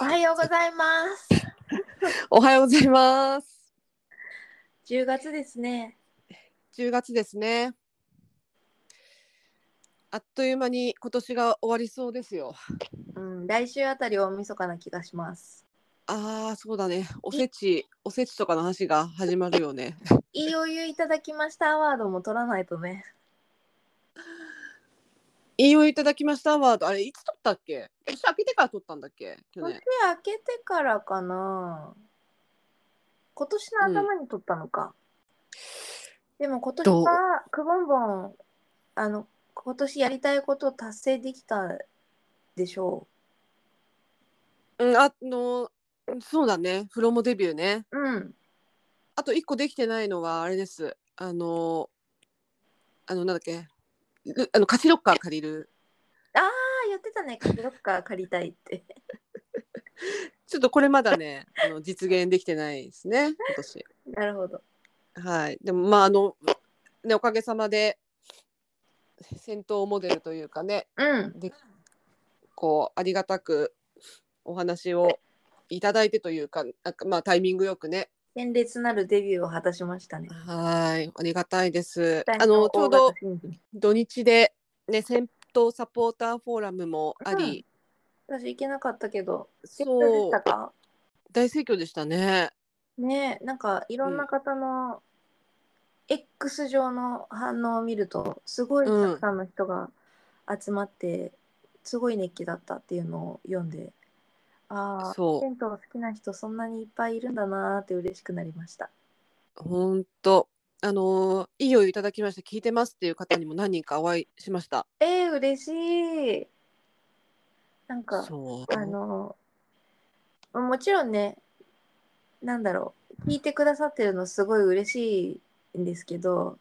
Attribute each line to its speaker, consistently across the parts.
Speaker 1: おはようございます。
Speaker 2: おはようございます。
Speaker 1: 10月ですね。
Speaker 2: 10月ですね。あっという間に今年が終わりそうですよ。
Speaker 1: うん、来週あたり大晦日な気がします。
Speaker 2: ああ、そうだね。おせち、おせちとかの話が始まるよね。
Speaker 1: いいお湯いただきましたアワードも取らないとね。
Speaker 2: 引用いただきましたアワード、あれいつ取ったっけ？年明けてから取ったんだっけ？去
Speaker 1: 年明
Speaker 2: 年。
Speaker 1: けてからかな。今年の頭に取ったのか。でも今年
Speaker 2: どう
Speaker 1: はくぼんぼん、あの、今年やりたいことを達成できたでしょ
Speaker 2: うん、あのそうだね。フロモデビューね。
Speaker 1: う。うん。
Speaker 2: あと一個できてないのはあれです。あのあのなんだっけ？ルあのカチロッカー借りる。
Speaker 1: ああ、言ってたね。カジロッカー借りたいって。
Speaker 2: ちょっとこれまだね、あの実現できてないですね。今年。
Speaker 1: なるほど。
Speaker 2: はい、でもまああの、ね、おかげさまで戦闘モデルというかね
Speaker 1: うん。
Speaker 2: こうありがたくお話をいただいてというかなんかまあタイミングよくね
Speaker 1: 鮮烈なるデビューを果たしましたね。
Speaker 2: はいありがたいです。あのちょうど
Speaker 1: 大型新人
Speaker 2: 土日で、ね、戦闘サポーターフォーラムもあり、
Speaker 1: 私行けなかったけど、
Speaker 2: そ
Speaker 1: どでした
Speaker 2: う
Speaker 1: か
Speaker 2: 大盛況でしたね。
Speaker 1: ねえなんかいろんな方の X 上の反応を見ると、すごいたくさんの人が集まって、すごい熱気だったっていうのを読んで、ああ、
Speaker 2: そう
Speaker 1: 銭湯好きな人そんなにいっぱいいるんだなーって嬉しくなりました。
Speaker 2: 本当あのいいよいただきました聞いてますっていう方にも何人かお会いしました。
Speaker 1: えー、嬉しいなんか、
Speaker 2: そう
Speaker 1: あのもちろんねなんだろう聞いてくださってるのすごい嬉しいんですけど、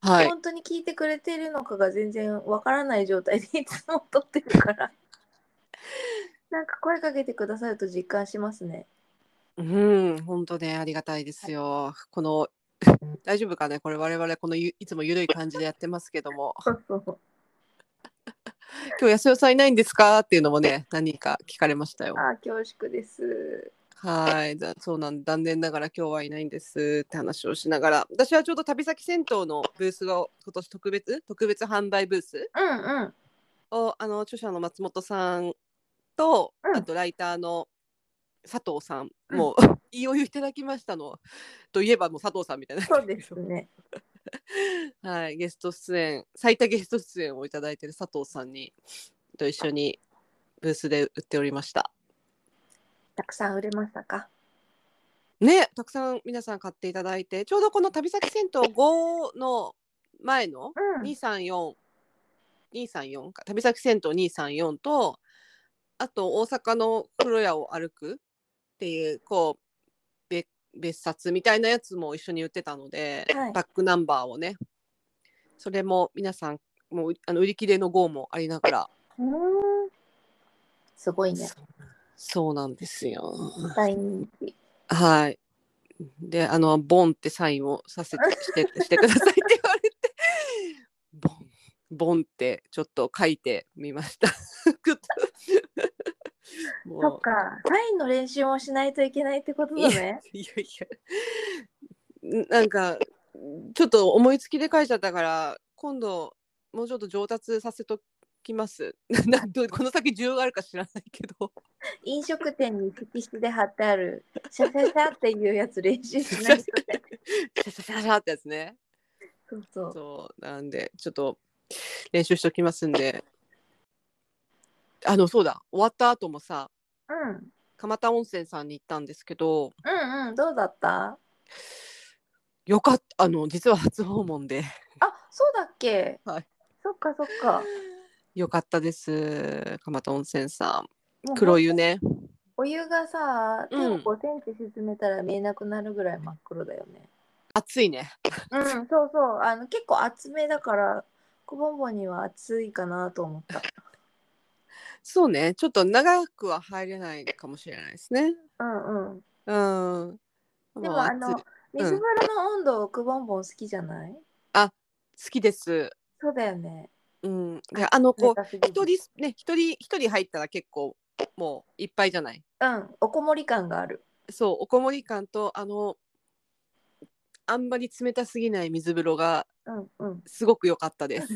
Speaker 2: はい、
Speaker 1: 本当に聞いてくれてるのかが全然わからない状態でいつも撮ってるから なんか声かけてくださると実感しますね
Speaker 2: うん、本当ね、ありがたいですよ。この大丈夫かね、これ我々このゆいつもゆるい感じでやってますけども、
Speaker 1: そうそう
Speaker 2: 今日安代さんいないんですかっていうのもね、何人か聞かれましたよ。
Speaker 1: ああ恐縮です
Speaker 2: はい、だそうなん、残念ながら今日はいないんですって話をしながら、私はちょうど旅先銭湯のブースを今年特別特別販売ブース
Speaker 1: うんうん
Speaker 2: をあの著者の松本さんと、
Speaker 1: うん
Speaker 2: あとライターの佐藤さん、もう、 いいお湯いただきましたのといえばもう佐藤さんみたいな。
Speaker 1: そうですね
Speaker 2: はい、ゲスト出演最多ゲスト出演をいただいている佐藤さんにと一緒にブースで売っておりました。
Speaker 1: たくさん売れましたか
Speaker 2: ね、たくさん皆さん買っていただいてちょうどこの旅先銭湯5の前の
Speaker 1: うん
Speaker 2: 234234か旅先銭湯234とあと大阪の黒屋を歩くっていうこうべ別冊みたいなやつも一緒に売ってたので、
Speaker 1: はい
Speaker 2: バックナンバーをねそれも皆さんもうあの売り切れの号もありながら、
Speaker 1: うーんすごいね
Speaker 2: そうなんですよ。
Speaker 1: 大人気
Speaker 2: はい。で、あの、ボンってサインをさせて、して、 してくださいって言われて、ボン、ボンってちょっと書いてみま した。グッと
Speaker 1: そ
Speaker 2: も
Speaker 1: っかサインの練習もしないといけないってことだね
Speaker 2: う、いやいや、なんか、ちょっと思いつきで書いちゃったから、今度、もうちょっと上達させときます。 なんどうこの先需要があるか知らないけ ど。
Speaker 1: 飲食店に色紙で貼ってあ るシャシャシャっていうやつ練習しないとね。
Speaker 2: シャシャシャシャってやつね。
Speaker 1: そうそう。
Speaker 2: そうなんでちょっと練習しておきますんであのそうだ終わった後もさ
Speaker 1: うん。
Speaker 2: 蒲田温泉さんに行ったんですけど
Speaker 1: うんうん。どうだった
Speaker 2: よかったあの実は初訪 問で
Speaker 1: あそうだっけ、
Speaker 2: はい、
Speaker 1: そっかそっか。
Speaker 2: よかったです蒲田温泉さん
Speaker 1: もう
Speaker 2: 黒湯ね
Speaker 1: お湯がさ、手
Speaker 2: う
Speaker 1: を
Speaker 2: ん
Speaker 1: 5センチ沈めたら見えなくなるぐらい真っ黒だよね。
Speaker 2: 暑いね
Speaker 1: うん、そうそう。あの結構厚めだから、くぼんぼには熱いかなと思った。
Speaker 2: そうねちょっと長くは入れないかもしれないですね
Speaker 1: うんうん。
Speaker 2: うん
Speaker 1: で
Speaker 2: う
Speaker 1: もあ
Speaker 2: 暑い
Speaker 1: の、水風呂の温度、くぼんぼん好きじゃない
Speaker 2: 好きです
Speaker 1: そうだよね。
Speaker 2: うんであのこ
Speaker 1: 冷
Speaker 2: う
Speaker 1: たすぎず
Speaker 2: 一人ね一人一人入ったら結構もういっぱいじゃない
Speaker 1: うん、おこもり感がある。
Speaker 2: そうおこもり感とあのあんまり冷たすぎない水風呂が
Speaker 1: うんうん。
Speaker 2: すごく良かったです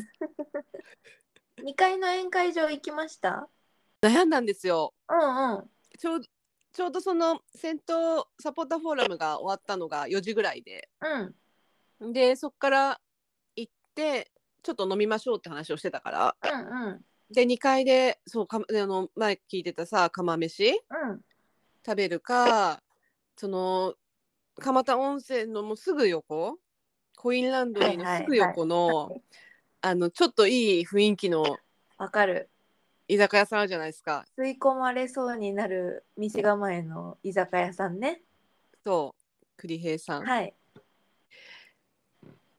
Speaker 1: 2階の宴会場行きました
Speaker 2: 悩んだんですよ
Speaker 1: うんうん。
Speaker 2: ちょうちょうどその戦闘サポーターフォーラムが終わったのが4時ぐらいで
Speaker 1: うん。
Speaker 2: でそっから行ってちょっと飲みましょうって話をしてたから
Speaker 1: うんうん。
Speaker 2: で2階でそうかあの前聞いてたさ釜飯
Speaker 1: うん。
Speaker 2: 食べるかその蒲田温泉のもうすぐ横コインランドリーのすぐ横の、あのちょっといい雰囲気の
Speaker 1: わかる。
Speaker 2: 居酒屋さんあるじゃないですか
Speaker 1: 吸い込まれそうになる店構えの居酒屋さんね。
Speaker 2: そう栗平さん、
Speaker 1: はい。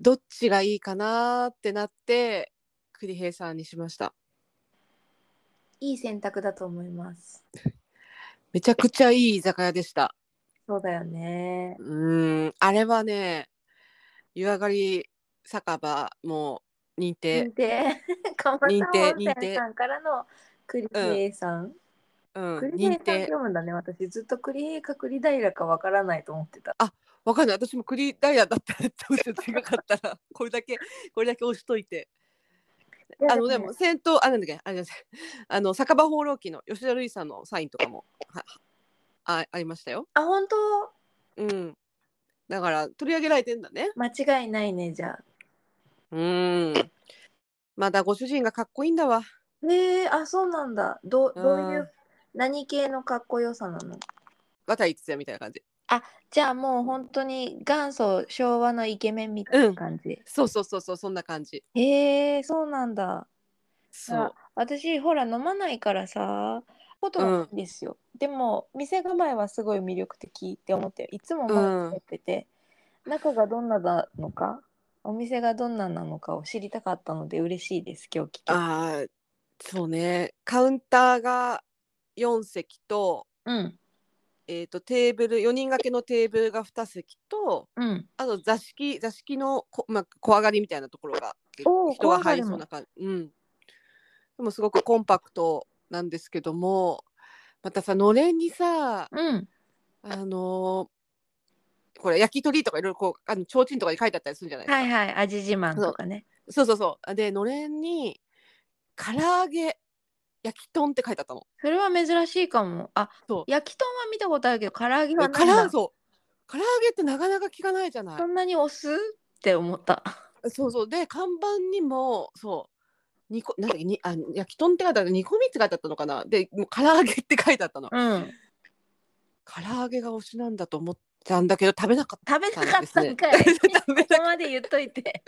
Speaker 2: どっちがいいかなーってなって栗平さんにしました
Speaker 1: いい選択だと思います。
Speaker 2: めちゃくちゃいい居酒屋でした
Speaker 1: そうだよね。
Speaker 2: うーんあれはね湯上がり酒場も認定
Speaker 1: 認 定、蒲田温
Speaker 2: 認定
Speaker 1: 泉さんからの栗平さん。
Speaker 2: うん
Speaker 1: 栗平さん
Speaker 2: 認
Speaker 1: って
Speaker 2: 定
Speaker 1: 読むんだね。私ずっと栗平か栗平かわからないと思ってた。
Speaker 2: わかんない私も栗ダイヤだったらどうしよう違かったらこれだけこれだけ押しといてあのでも先頭あなんだっけあれです あの酒場放浪記の吉田類さんのサインとかもはあありましたよ
Speaker 1: あ、本当
Speaker 2: うんだから取り上げられてんだね
Speaker 1: 間違いないね、じゃあ。
Speaker 2: うんまだご主人がかっこいいんだわ
Speaker 1: えー、あ、そうなんだ。どどういうう、何系のかっこよさなの
Speaker 2: 渡井哲也みたいな感じ
Speaker 1: じゃあもう本当に元祖昭和のイケメンみたいな感じ。
Speaker 2: そうそうそうそうそんな感じ
Speaker 1: へえ、そうなんだ。
Speaker 2: そう
Speaker 1: 私、ほら、飲まないからさ、ことがないんですよ。でも、店構えはすごい魅力的って思って、いつも前にやってて、中がどんななのか、お店がどんななのかを知りたかったので嬉しいです、今日聞けて。
Speaker 2: あーそうねカウンターが4席と
Speaker 1: うん、
Speaker 2: えー、とテーブル4人掛けのテーブルが2席と
Speaker 1: うん。
Speaker 2: あと座敷座敷のこ、まあ、小上がりみたいなところが
Speaker 1: おー
Speaker 2: 人が入り
Speaker 1: 小上がりも
Speaker 2: そうな感じ、うん、でもすごくコンパクトなんですけどもまたさのれんにさ
Speaker 1: うん。
Speaker 2: あのーこれ焼き鳥とかいろいろこうあの提灯とかに書いてあったりするんじゃないですか、
Speaker 1: はいはい、味自慢とかね。
Speaker 2: そうそうそうでのれんに唐揚げ焼き豚って書いてあったの
Speaker 1: それは珍しいかも。あ、
Speaker 2: そう
Speaker 1: 焼き豚は見たことあるけど、唐揚げは
Speaker 2: 唐
Speaker 1: ない
Speaker 2: 揚げ
Speaker 1: な。
Speaker 2: そう唐揚げってなかなか聞かないじゃない
Speaker 1: そんなにお酢って思った。
Speaker 2: そうそうで看板にもそう煮こなんだっけにあ焼き豚って書いてあった煮込みって書いてあったのかなでもう唐揚げって書いてあったの
Speaker 1: うん。
Speaker 2: 唐揚げが推しなんだと思ったんだけど食べなかっ
Speaker 1: 食べなかったんかい。
Speaker 2: たですね食べ
Speaker 1: そ
Speaker 2: な
Speaker 1: こまで言っといて。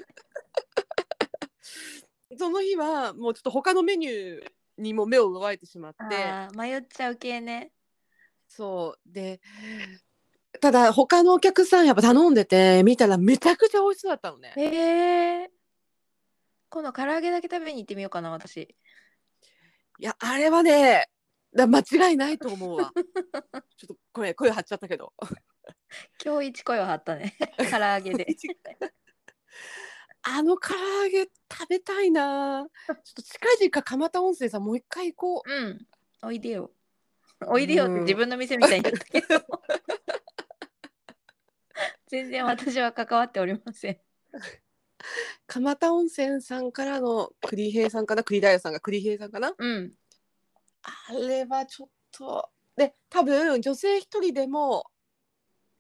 Speaker 2: その日はもうちょっと他のメニューにも目を奪えてしまって
Speaker 1: あー迷っちゃう系ね。
Speaker 2: そうでただ他のお客さんやっぱ頼んでて見たらめちゃくちゃ美味しそうだったのね
Speaker 1: へえー。今度唐揚げだけ食べに行ってみようかな、私。
Speaker 2: いやあれはねだ間違いないと思 うわちょっとこれ声張っちゃったけど
Speaker 1: 今日一声を張った ね。唐揚げで。
Speaker 2: あの唐揚げ食べたいな。ちょっと近々蒲田温泉さんもう一回行こう。
Speaker 1: うん。おいでよ。おいでよって自分の店みたいに言ったけど。 全然私は関わっておりません。
Speaker 2: 蒲田温泉さんからの栗平さんかな、栗平さんが栗平さんかな。
Speaker 1: うん。
Speaker 2: あれはちょっとで多分女性一人でも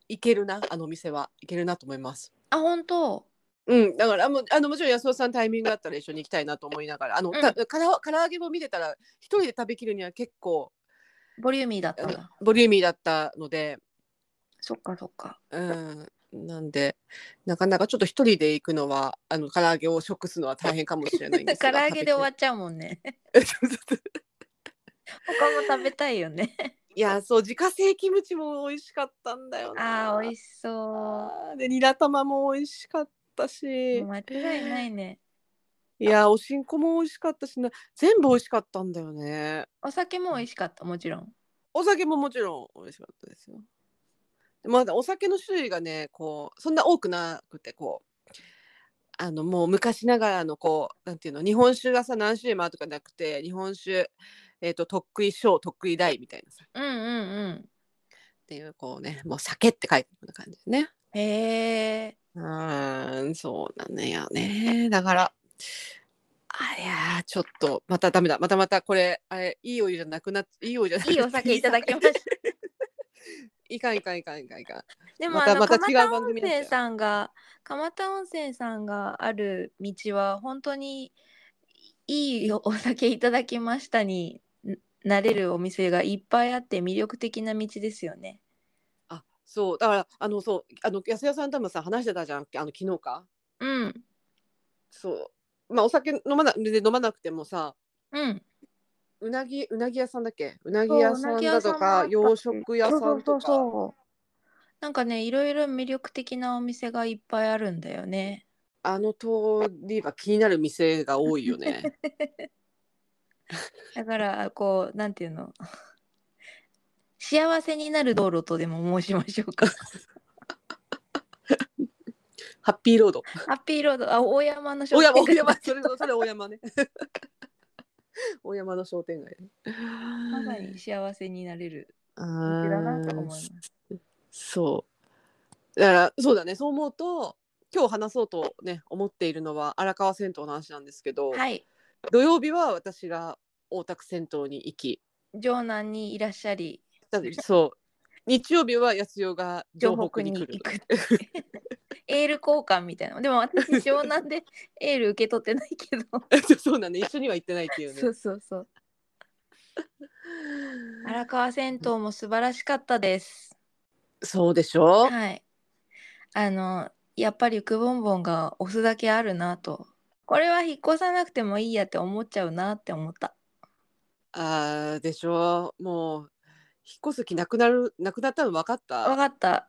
Speaker 2: 行けるなあのお店は行けるなと思います。
Speaker 1: あ、本当。
Speaker 2: うん、だからもうあのもちろん安尾さんタイミングだったら一緒に行きたいなと思いながらあの、
Speaker 1: うん
Speaker 2: たから唐揚げも見てたら一人で食べきるには結構
Speaker 1: ボリューミーだったんだ。
Speaker 2: ボリューミーだったので
Speaker 1: そっかそっか。
Speaker 2: うん、なんでなかなかちょっと一人で行くのはあの唐揚げを食すのは大変かもしれないんです
Speaker 1: 唐
Speaker 2: が
Speaker 1: 揚げで終わ
Speaker 2: っ
Speaker 1: っちゃうもんね。
Speaker 2: て
Speaker 1: 他も食べたいよ ね。
Speaker 2: いやそう自家製キムチも美味しかったんだよな
Speaker 1: ああ、美味しそ
Speaker 2: あーでニラ玉も美味しかっ
Speaker 1: う。
Speaker 2: たし
Speaker 1: 間違いないね。
Speaker 2: いやおしんこも美味しかったしな全部美味しかったんだよね
Speaker 1: お酒も美味しかった、もちろん。
Speaker 2: お酒ももちろん美味しかったですよでまだお酒の種類がねこうそんな多くなくてこうあのもう昔ながらのこうなんていうの日本酒がさ何種類もあるとかなくて日本酒えっ、と得意賞得意大みたいなさっ
Speaker 1: うんうん
Speaker 2: ていうこうねもう酒って書いてあるような感じでね
Speaker 1: うん。へえ。
Speaker 2: うーんそうなんだよねだからあいやーちょっとまたダメだまたまたこれあれいいお湯じゃなくなっいいお湯じゃなく
Speaker 1: いいお酒 いただきました。
Speaker 2: いかんいかんいかんいかんいかん
Speaker 1: でも、
Speaker 2: また
Speaker 1: あの
Speaker 2: また
Speaker 1: 蒲
Speaker 2: 違う
Speaker 1: 田
Speaker 2: 番組になっちゃう
Speaker 1: 温泉さんが蒲田温泉さんがある道は本当にいいお酒いただきましたにんなれるお店がいっぱいあって魅力的な道ですよね。
Speaker 2: あそうだからあのそうあの安田さん多分さ話してたじゃんあの昨日か
Speaker 1: うん
Speaker 2: そうまあお酒飲まなで飲まなくてもさ
Speaker 1: うん。
Speaker 2: うなぎうなぎ屋さんだっけうなぎ
Speaker 1: そう
Speaker 2: 屋さんだとか
Speaker 1: うなぎ
Speaker 2: 洋
Speaker 1: 屋さん
Speaker 2: 食屋さんとか
Speaker 1: そうそうそうそう。なんかねいろいろ魅力的なお店がいっぱいあるんだよね。
Speaker 2: あの通りは気になる店が多いよ ね
Speaker 1: だからこうなんていうの 幸せになる道路とでも申しましょ うか。
Speaker 2: ハッピーロード
Speaker 1: ハッピーロードあ大山の
Speaker 2: 大
Speaker 1: 店
Speaker 2: 山
Speaker 1: 街
Speaker 2: 大山それそれ大山ね 大山の商店街
Speaker 1: まさに幸せになれる
Speaker 2: あ
Speaker 1: 道
Speaker 2: ー
Speaker 1: だなと思います。
Speaker 2: そうだからそうだねそう思うと今日話そうとね思っているのは荒川銭湯の話なんですけど、
Speaker 1: はい、
Speaker 2: 土曜日は私が大田区銭湯に行き
Speaker 1: 城南にいらっしゃり、
Speaker 2: だってそう日曜日は安代が城北に来る
Speaker 1: 城北に行くって。 エール交換みたいな。でも私城南でエール受け取ってないけど。
Speaker 2: そうなんね一緒には行ってないっていうね
Speaker 1: そうそうそう。荒川銭湯も素晴らしかったです。
Speaker 2: そうでしょ、
Speaker 1: はい。あのやっぱりくぼんぼんが押すだけあるなと。これは引っ越さなくてもいいやって思っちゃうなって思った。
Speaker 2: あーでしょもう引っ越す気なくなるなくなったの分かった
Speaker 1: わかった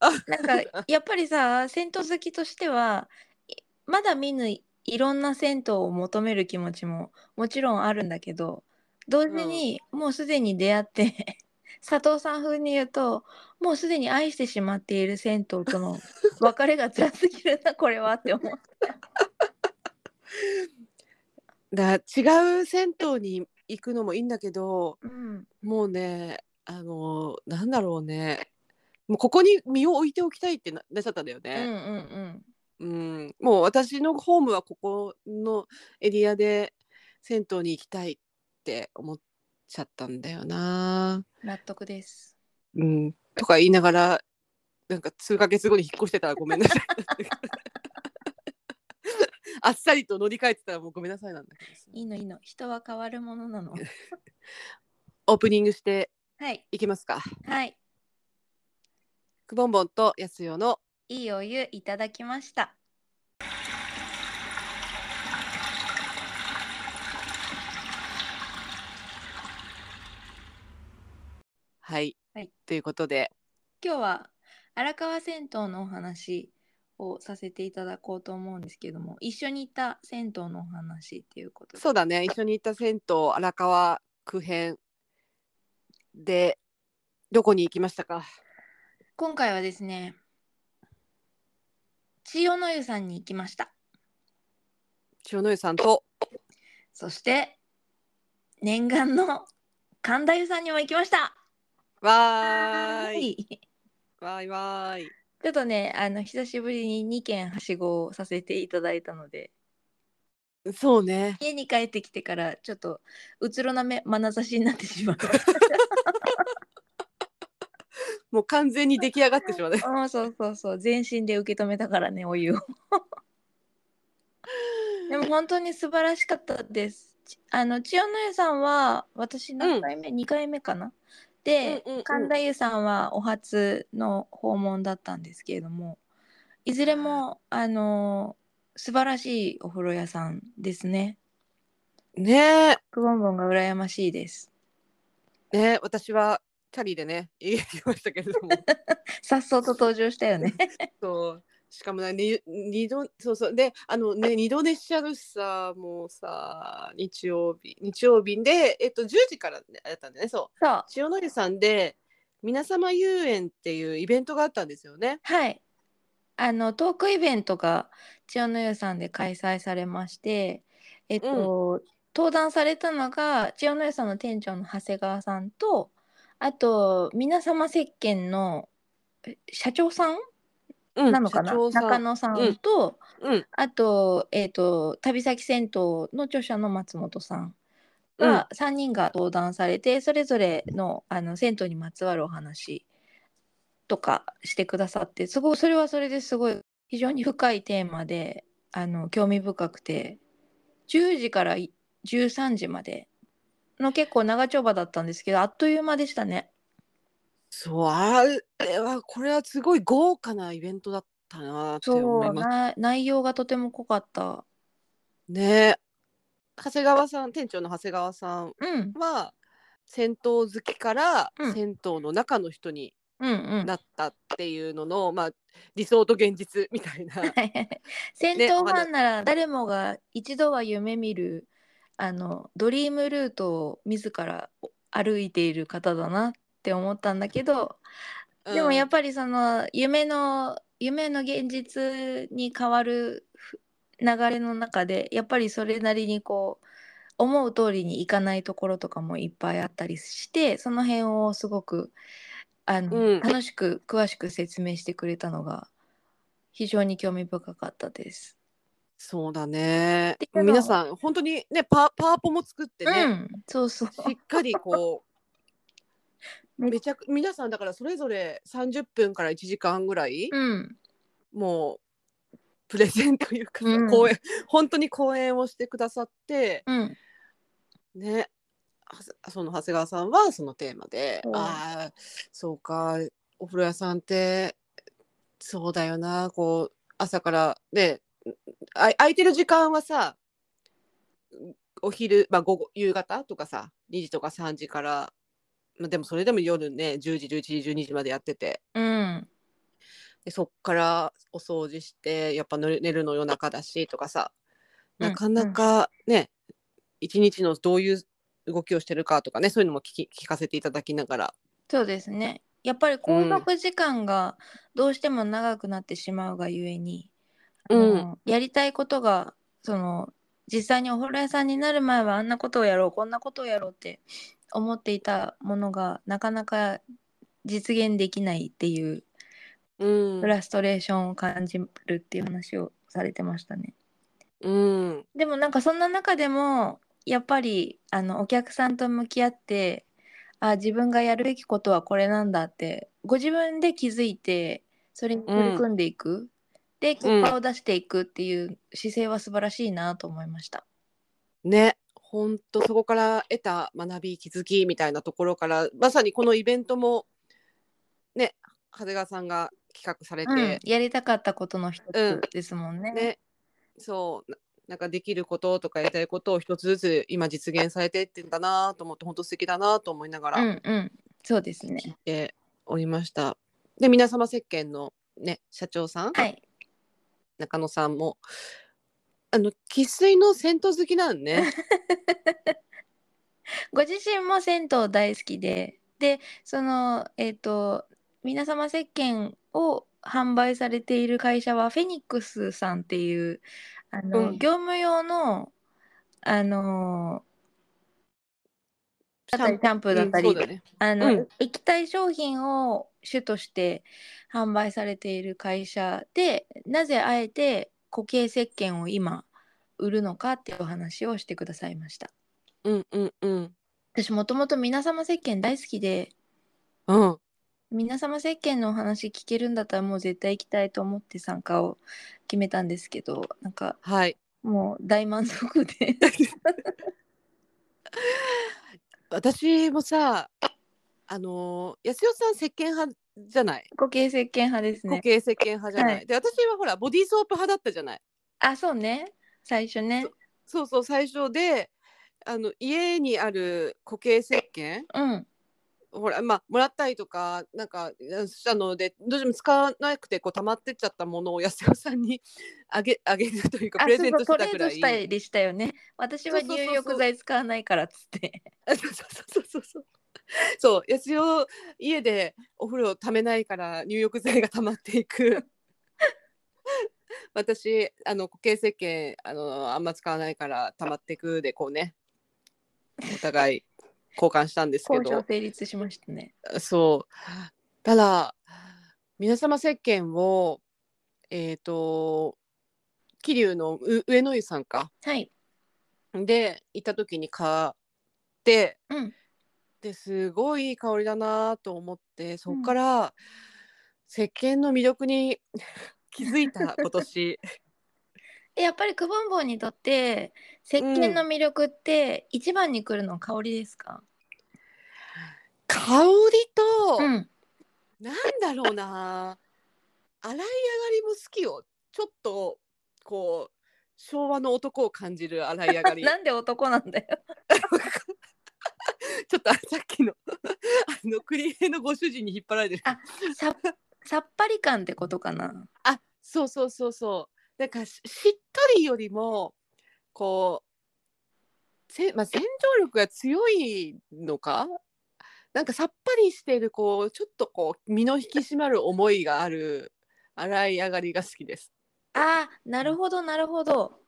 Speaker 2: あ。
Speaker 1: なんかやっぱりさ銭湯好きとしてはいまだ見ぬいろんな銭湯を求める気持ちももちろんあるんだけど同時にもうすでに出会って 佐藤さん風に言うともうすでに愛してしまっている銭湯との別れが辛すぎるなこれはって思う。
Speaker 2: だ違う銭湯に行くのもいいんだけど
Speaker 1: うん、
Speaker 2: もうねあのなんだろうねもうここに身を置いておきたいってななっちゃったんだよ
Speaker 1: うんうん
Speaker 2: ね、
Speaker 1: うん
Speaker 2: うんもう私のホームはここのエリアで銭湯に行きたいって思っちゃったんだよな、
Speaker 1: 納得です。
Speaker 2: うん、とか言いながらなんか数ヶ月後に引っ越してたらごめんなさいあっさりと乗り換えてたらもうごめんなさいなんだけどさ
Speaker 1: いいのいいの人は変わるものなの。
Speaker 2: オープニングして
Speaker 1: はい
Speaker 2: いきますか
Speaker 1: はい
Speaker 2: くぼんぼんとやすよの
Speaker 1: いいお湯いただきました。
Speaker 2: はい、
Speaker 1: はい
Speaker 2: ということで
Speaker 1: 今日は荒川銭湯のお話をさせていただこうと思うんですけども一緒にいた銭湯のお話っていうことで
Speaker 2: そうだね一緒に行った銭湯荒川区編でどこに行きましたか
Speaker 1: 今回はですね千代の湯さんに行きました
Speaker 2: 千代の湯さんと
Speaker 1: そして念願の神田湯さんにも行きました
Speaker 2: わーい
Speaker 1: い
Speaker 2: わーいわーい
Speaker 1: ちょっとねあの久しぶりに2軒はしごをさせていただいたので
Speaker 2: そうね
Speaker 1: 家に帰ってきてからちょっとうつろな目眼差しになってしまう
Speaker 2: もう完全に出来上がってしまった
Speaker 1: うん、そうそうそう全身で受け止めたからねお湯を でも本当に素晴らしかったですちあの千代の湯さんは私何回目、2回目かなで、
Speaker 2: うんうんうん
Speaker 1: 神田湯さんはお初の訪問だったんですけれどもいずれもあの素晴らしいお風呂屋さんですね
Speaker 2: ね
Speaker 1: くぼんぼんが羨ましいです
Speaker 2: えねえ私はチャリでね家に行きましたけれど も
Speaker 1: さっそうと登場したよね
Speaker 2: そうしかもねに二度そうそうであのね二度寝しちゃうしさもうさ日曜日日曜日でえっと10時からねやったんだよねそう
Speaker 1: そう
Speaker 2: 千代の湯さんで皆様遊園っていうイベントがあったんですよね。
Speaker 1: はい。あのトークイベントが千代の湯さんで開催されまして、えっと、登壇されたのが千代の湯さんの店長の長谷川さんとあと皆様石鹸のえ社長さん
Speaker 2: うん
Speaker 1: なのかな、
Speaker 2: 社長さん
Speaker 1: 中野さんと、
Speaker 2: うん
Speaker 1: あと,、えー、と旅先銭湯の著者の松本さんが、3人が登壇されてそれぞれのあの銭湯にまつわるお話とかしてくださってすごいそれはそれですごい非常に深いテーマであの興味深くて10時からい13時までの結構長丁場だったんですけどあっという間でしたね。
Speaker 2: そうあれはこれはすごい豪華なイベントだったなって思
Speaker 1: そ
Speaker 2: いうます
Speaker 1: な内容がとても濃かった。
Speaker 2: ね。長谷川さん店長の長谷川さん
Speaker 1: うん、
Speaker 2: は銭湯好きから
Speaker 1: うん
Speaker 2: 銭湯の中の人に
Speaker 1: うん、うん。
Speaker 2: なったっていうのの、まあ理想と現実みたいな。
Speaker 1: 戦闘ファンなら誰もが一度は夢見るあのドリームルートを自ら歩いている方だなって思ったんだけど、でもやっぱりその夢の夢の現実に変わるふ流れの中でやっぱりそれなりにこう思う通りにいかないところとかもいっぱいあったりしてその辺をすごくあの、
Speaker 2: うん
Speaker 1: 楽しく詳しく説明してくれたのが非常に興味深かったです。
Speaker 2: そうだね
Speaker 1: で。あの
Speaker 2: 皆さん本当にねパパワポも作って
Speaker 1: う
Speaker 2: ね、
Speaker 1: ん、そうそう。
Speaker 2: しっかりこう
Speaker 1: め
Speaker 2: めちゃく皆さんだからそれぞれ30分から1時間ぐらい、
Speaker 1: うん、
Speaker 2: もうプレゼンというか、
Speaker 1: うん
Speaker 2: 講演本当に講演をしてくださって
Speaker 1: うん、
Speaker 2: ねはせその長谷川さんはそのテーマで、
Speaker 1: うん
Speaker 2: ああそうかお風呂屋さんってそうだよなこう朝からねあ空いてる時間はさお昼、まあ、午後夕方とかさ2時とか3時から、まあ、でもそれでも夜ね10時11時12時までやってて
Speaker 1: うん、
Speaker 2: でそっからお掃除してやっぱ寝る寝るの夜中だしとかさ
Speaker 1: うん
Speaker 2: なかなかね一、日のどういう動きをしてるかとかねそういうのも聞き聞かせていただきながら
Speaker 1: そうですね。やっぱり拘束時間がどうしても長くなってしまうがゆえに、あのやりたいことがその実際にお風呂屋さんになる前はあんなことをやろうこんなことをやろうって思っていたものがなかなか実現できないっていう
Speaker 2: うん
Speaker 1: フ、ラストレーションを感じるっていう話をされてましたね。
Speaker 2: うん、
Speaker 1: でもなんかそんな中でもやっぱりあのお客さんと向き合ってあ自分がやるべきことはこれなんだってご自分で気づいてそれに取り組んでいく、で結果を出していくっていう姿勢は素晴らしいなと思いました。
Speaker 2: ねほんとそこから得た学び気づきみたいなところからまさにこのイベントもね長谷川さんが企画され
Speaker 1: うん
Speaker 2: て、
Speaker 1: やりたかったことの一
Speaker 2: うん
Speaker 1: つですもんね。
Speaker 2: ねそうななんかできることとかやりたいことを一つずつ今実現されていってんだなと思って本当素敵だなと思いなが
Speaker 1: うん
Speaker 2: ら
Speaker 1: うんそうですね。
Speaker 2: 聞いておりました。で皆様石鹸のね社長さん、
Speaker 1: はい。
Speaker 2: 中野さんもあの生粋の銭湯好きなんね。
Speaker 1: ご自身も銭湯大好きで、で、その、えっ、と、皆様石鹸を販売されている会社は、フェニックスさんっていう、あの、
Speaker 2: うん
Speaker 1: 業務用の、あの、だったりシャンプーだったり、
Speaker 2: うんそうだね。
Speaker 1: あの、
Speaker 2: うん
Speaker 1: 液体商品を主として販売されている会社で、なぜあえて固形石鹸を今売るのかっていうお話をしてくださいました。
Speaker 2: うんうんうん
Speaker 1: 私もともと皆様石鹸大好きで、
Speaker 2: うん。
Speaker 1: 皆様石鹸のお話聞けるんだったらもう絶対行きたいと思って参加を決めたんですけどなんか
Speaker 2: はい。
Speaker 1: もう大満足 で
Speaker 2: 私もさあのー安代さん石鹸派じゃない
Speaker 1: 固形石鹸派です
Speaker 2: 固
Speaker 1: ね
Speaker 2: 形石鹸派じゃない。
Speaker 1: は
Speaker 2: で私はほらボディーソープ派だったじゃない。
Speaker 1: あそうね最初ね
Speaker 2: そうそう最初であの家にある固形石鹸
Speaker 1: うん
Speaker 2: ほらまあもらったりとかなんかうんしたのでどうしても使わなくてこう溜まってっちゃったものを安代さんにあげあげるというか
Speaker 1: あ
Speaker 2: プレゼントし
Speaker 1: そうそう
Speaker 2: て
Speaker 1: ト
Speaker 2: た
Speaker 1: レ
Speaker 2: く
Speaker 1: ー
Speaker 2: ら
Speaker 1: ドし
Speaker 2: い
Speaker 1: たりしたよね私は入浴剤使わないからっつって
Speaker 2: あ そうそうそうそうそうそう安代家でお風呂を溜めないから入浴剤が溜まっていく 私あの固形石鹸あのあんま使わないから溜まっていくでこうねお互い交換したんですけ
Speaker 1: 交渉
Speaker 2: ど
Speaker 1: 成立しましたね。
Speaker 2: そうただ皆様石鹸をえっ、と桐生のう上野湯さんか
Speaker 1: はい。
Speaker 2: で行った時に買って
Speaker 1: うん。
Speaker 2: ですごいいい香りだなと思ってそこから、石鹸の魅力に 気づいた今 年
Speaker 1: でやっぱりクボンボンにとって石鹸の魅力って一番に来るのは香りですか？
Speaker 2: 香りと、
Speaker 1: うん。
Speaker 2: なんだろうな洗い上がりも好きよちょっとこう昭和の男を感じる洗い上が り
Speaker 1: なんで男なんだよ。
Speaker 2: ちょっとあさっきの あのクリエのご主人に引っ張られてる
Speaker 1: あさっさっぱり感ってことかな。
Speaker 2: あそうそうそうそうなんかししっとりよりもこうせ、まあ、洗浄力が強いのかなんかさっぱりしてるこうちょっとこう身の引き締まる思いがある洗い上がりが好きです。
Speaker 1: あーなるほどなるほど。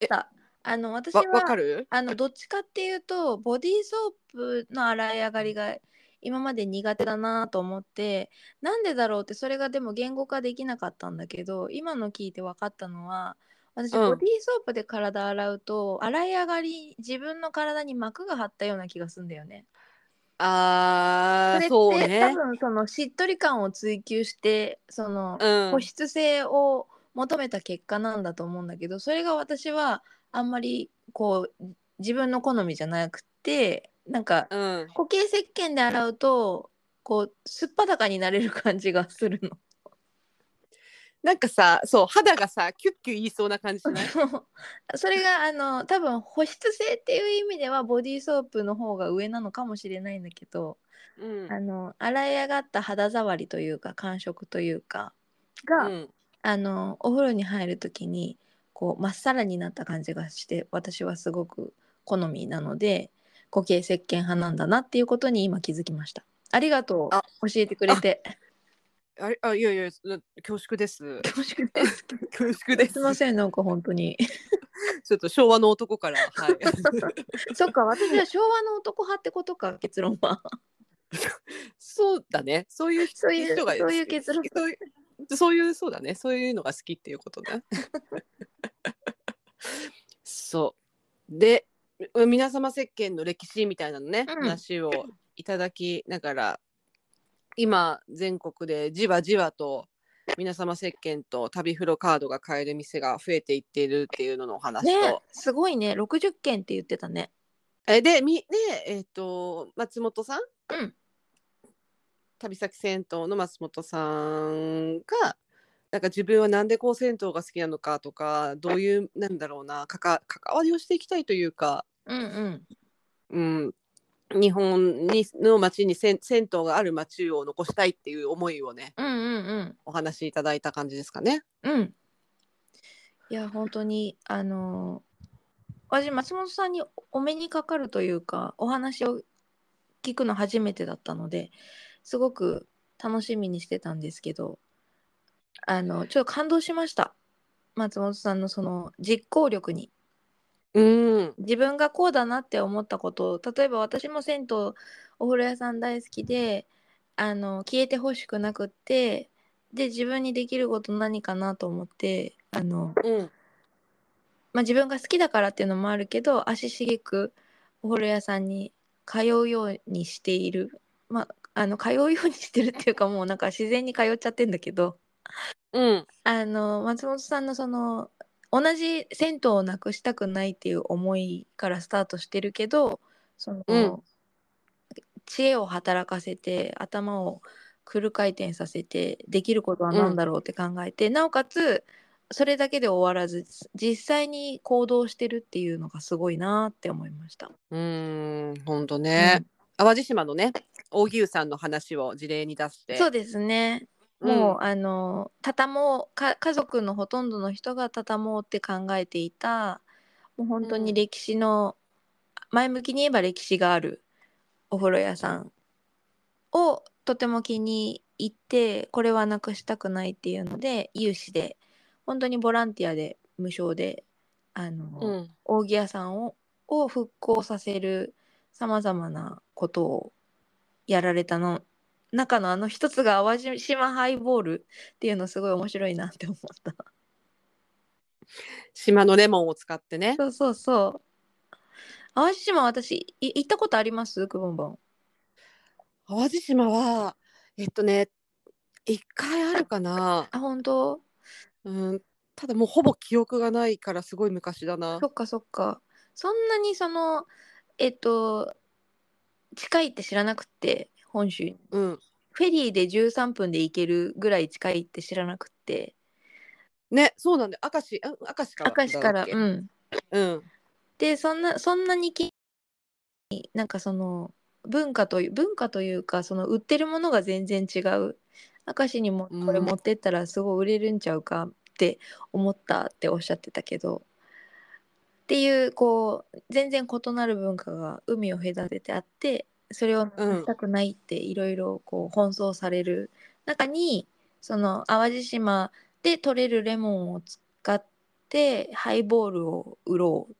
Speaker 2: え
Speaker 1: だあの私
Speaker 2: わ
Speaker 1: は
Speaker 2: わかる
Speaker 1: あのどっちかっていうとボディーソープの洗い上がりが今まで苦手だなと思ってなんでだろうってそれがでも言語化できなかったんだけど今の聞いて分かったのは私
Speaker 2: うん
Speaker 1: ボディーソープで体洗うと、洗い上がり自分の体に膜が張ったような気がするんだよね。
Speaker 2: あ
Speaker 1: それっ
Speaker 2: ー
Speaker 1: て
Speaker 2: そ
Speaker 1: 多
Speaker 2: うね。
Speaker 1: 分そのしっとり感を追求してその、
Speaker 2: うん
Speaker 1: 保、湿性を求めた結果なんだと思うんだけどそれが私はあんまりこう自分の好みじゃなくてなんか
Speaker 2: うん、
Speaker 1: 固形石鹸で洗うとこうすっぱだかになれる感じがするの。
Speaker 2: なんかさそう肌がさキュッキュ言いそうな感じしない
Speaker 1: それがあの多分保湿性っていう意味ではボディーソープの方が上なのかもしれないんだけど
Speaker 2: うん
Speaker 1: あの洗い上がった肌触りというか感触というかが、
Speaker 2: うん
Speaker 1: あのお風呂に入る時にこうまっさらになった感じがして私はすごく好みなので固形石鹸派なんだなっていうことに今気づきましたありがと
Speaker 2: あ
Speaker 1: う教えてくれて
Speaker 2: あれあいやいやな恐 縮です
Speaker 1: 恐縮です
Speaker 2: 恐縮です
Speaker 1: すいませんなんか本当に
Speaker 2: ちょっと昭和の男からはい
Speaker 1: そっか私は 昭和の男派ってことか結論は
Speaker 2: そうだねそういう人
Speaker 1: そういう
Speaker 2: 人が
Speaker 1: そういう結論
Speaker 2: そういうそういうそうだねそういうのが好きっていうことねそうでう皆様石鹸の歴史みたいなのね、
Speaker 1: うん
Speaker 2: 話をいただきながら今全国でじわじわと皆様石鹸と旅風呂カードが買える店が増えていっているっていうののお話と、
Speaker 1: ねすごいね60件って言ってたね
Speaker 2: えでみでえっ、と松本さん、
Speaker 1: うん
Speaker 2: 旅先銭湯の松本さんがなんか自分はなんでこう銭湯が好きなのかとかどういうなんだろうなかか関わりをしていきたいというか、
Speaker 1: うんうん
Speaker 2: うん、日本にの町に銭銭湯がある町を残したいっていう思いをね
Speaker 1: うんうんうん
Speaker 2: お話しいただいた感じですかね。
Speaker 1: うん。いや、本当に、あの私、松本さんにお目にかかるというか、お話を聞くの初めてだったので、すごく楽しみにしてたんですけど、あの、ちょっと感動しました。松本さんのその実行力に。
Speaker 2: うん、
Speaker 1: 自分がこうだなって思ったこと例えば私も銭湯お風呂屋さん大好きであの消えてほしくなくってで自分にできること何かなと思ってあの、
Speaker 2: うん、
Speaker 1: まあ、自分が好きだからっていうのもあるけど足しげくお風呂屋さんに通うようにしている、まあ、あの通うようにしてるっていうかもうなんか自然に通っちゃってんだけど。
Speaker 2: うん、
Speaker 1: あの松本さんのその同じ銭湯をなくしたくないっていう思いからスタートしてるけどその、
Speaker 2: うん
Speaker 1: 知恵を働かせて頭をフル回転させてできることは何だろうって考えて、なおかつそれだけで終わらず実際に行動してるっていうのがすごいなって思いました。
Speaker 2: うん、本当ね、淡路島のね大牛さんの話を事例に出し
Speaker 1: う
Speaker 2: て。
Speaker 1: んそうですね
Speaker 2: うん
Speaker 1: もう、あの畳もうか家族のほとんどの人が畳もうって考えていたもう本当
Speaker 2: う
Speaker 1: に
Speaker 2: ん
Speaker 1: 歴史の、前向きに言えば歴史があるお風呂屋さんをとても気に入ってこれはなくしたくないっていうので有志で本当にボランティアで無償であの、
Speaker 2: うん
Speaker 1: 扇屋さんをを復興させるさまざまなことをやられたの中のあの一つが淡路島ハイボールっていうのすごい面白いなって思った。
Speaker 2: 島のレモンを使ってね。
Speaker 1: そうそうそう。淡路島私い行ったことありますくぼんぼん。
Speaker 2: 淡路島は、えっとね、一回あるかな。
Speaker 1: あ本当
Speaker 2: うん、ただもうほぼ記憶がないからすごい昔だな
Speaker 1: そ。っかそっか。そんなにそのえっと近いって知らなくて本州に
Speaker 2: うん。
Speaker 1: フェリーで13分で行けるぐらい近いって知らなくて
Speaker 2: ね、そうなんだ。明石、あ明石から。
Speaker 1: 明石から
Speaker 2: だっけ
Speaker 1: うん
Speaker 2: うん。
Speaker 1: でそんなそんなにきなんかその文化という文化というかその売ってるものが全然違う明石にも
Speaker 2: うん
Speaker 1: これ持ってったらすごい売れるんちゃうかって思ったっておっしゃってたけどっていうこう全然異なる文化が海を隔ててあってそれを
Speaker 2: うん
Speaker 1: したくないっていろいろこう奔走される中にその淡路島で取れるレモンを使ってハイボールを売ろう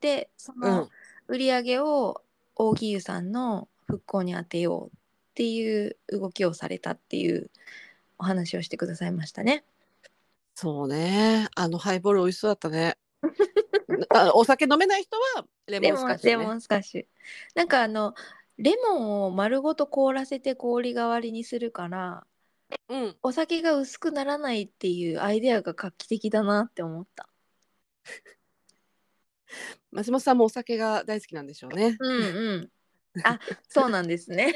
Speaker 1: でそうの、
Speaker 2: ん。
Speaker 1: 売り上げを大木湯さんの復興に当てようっていう動きをされたっていうお話をしてくださいましたね。
Speaker 2: そうね。あのハイボール美味しそうだっ たね。あのお酒飲めない人はレ
Speaker 1: レ
Speaker 2: モンス
Speaker 1: モ
Speaker 2: カッ
Speaker 1: ン
Speaker 2: シ
Speaker 1: レ
Speaker 2: ュ、
Speaker 1: モ
Speaker 2: ね。
Speaker 1: ンスカッシュ。なんかあのレモンを丸ごと凍らせて氷代わりにするから
Speaker 2: うん。
Speaker 1: お酒が薄くならないっていうアイデアが画期的だなって思った。
Speaker 2: 松本さんもお酒が大好きなんでしょうね。
Speaker 1: うんうん。 あそうなんです ね。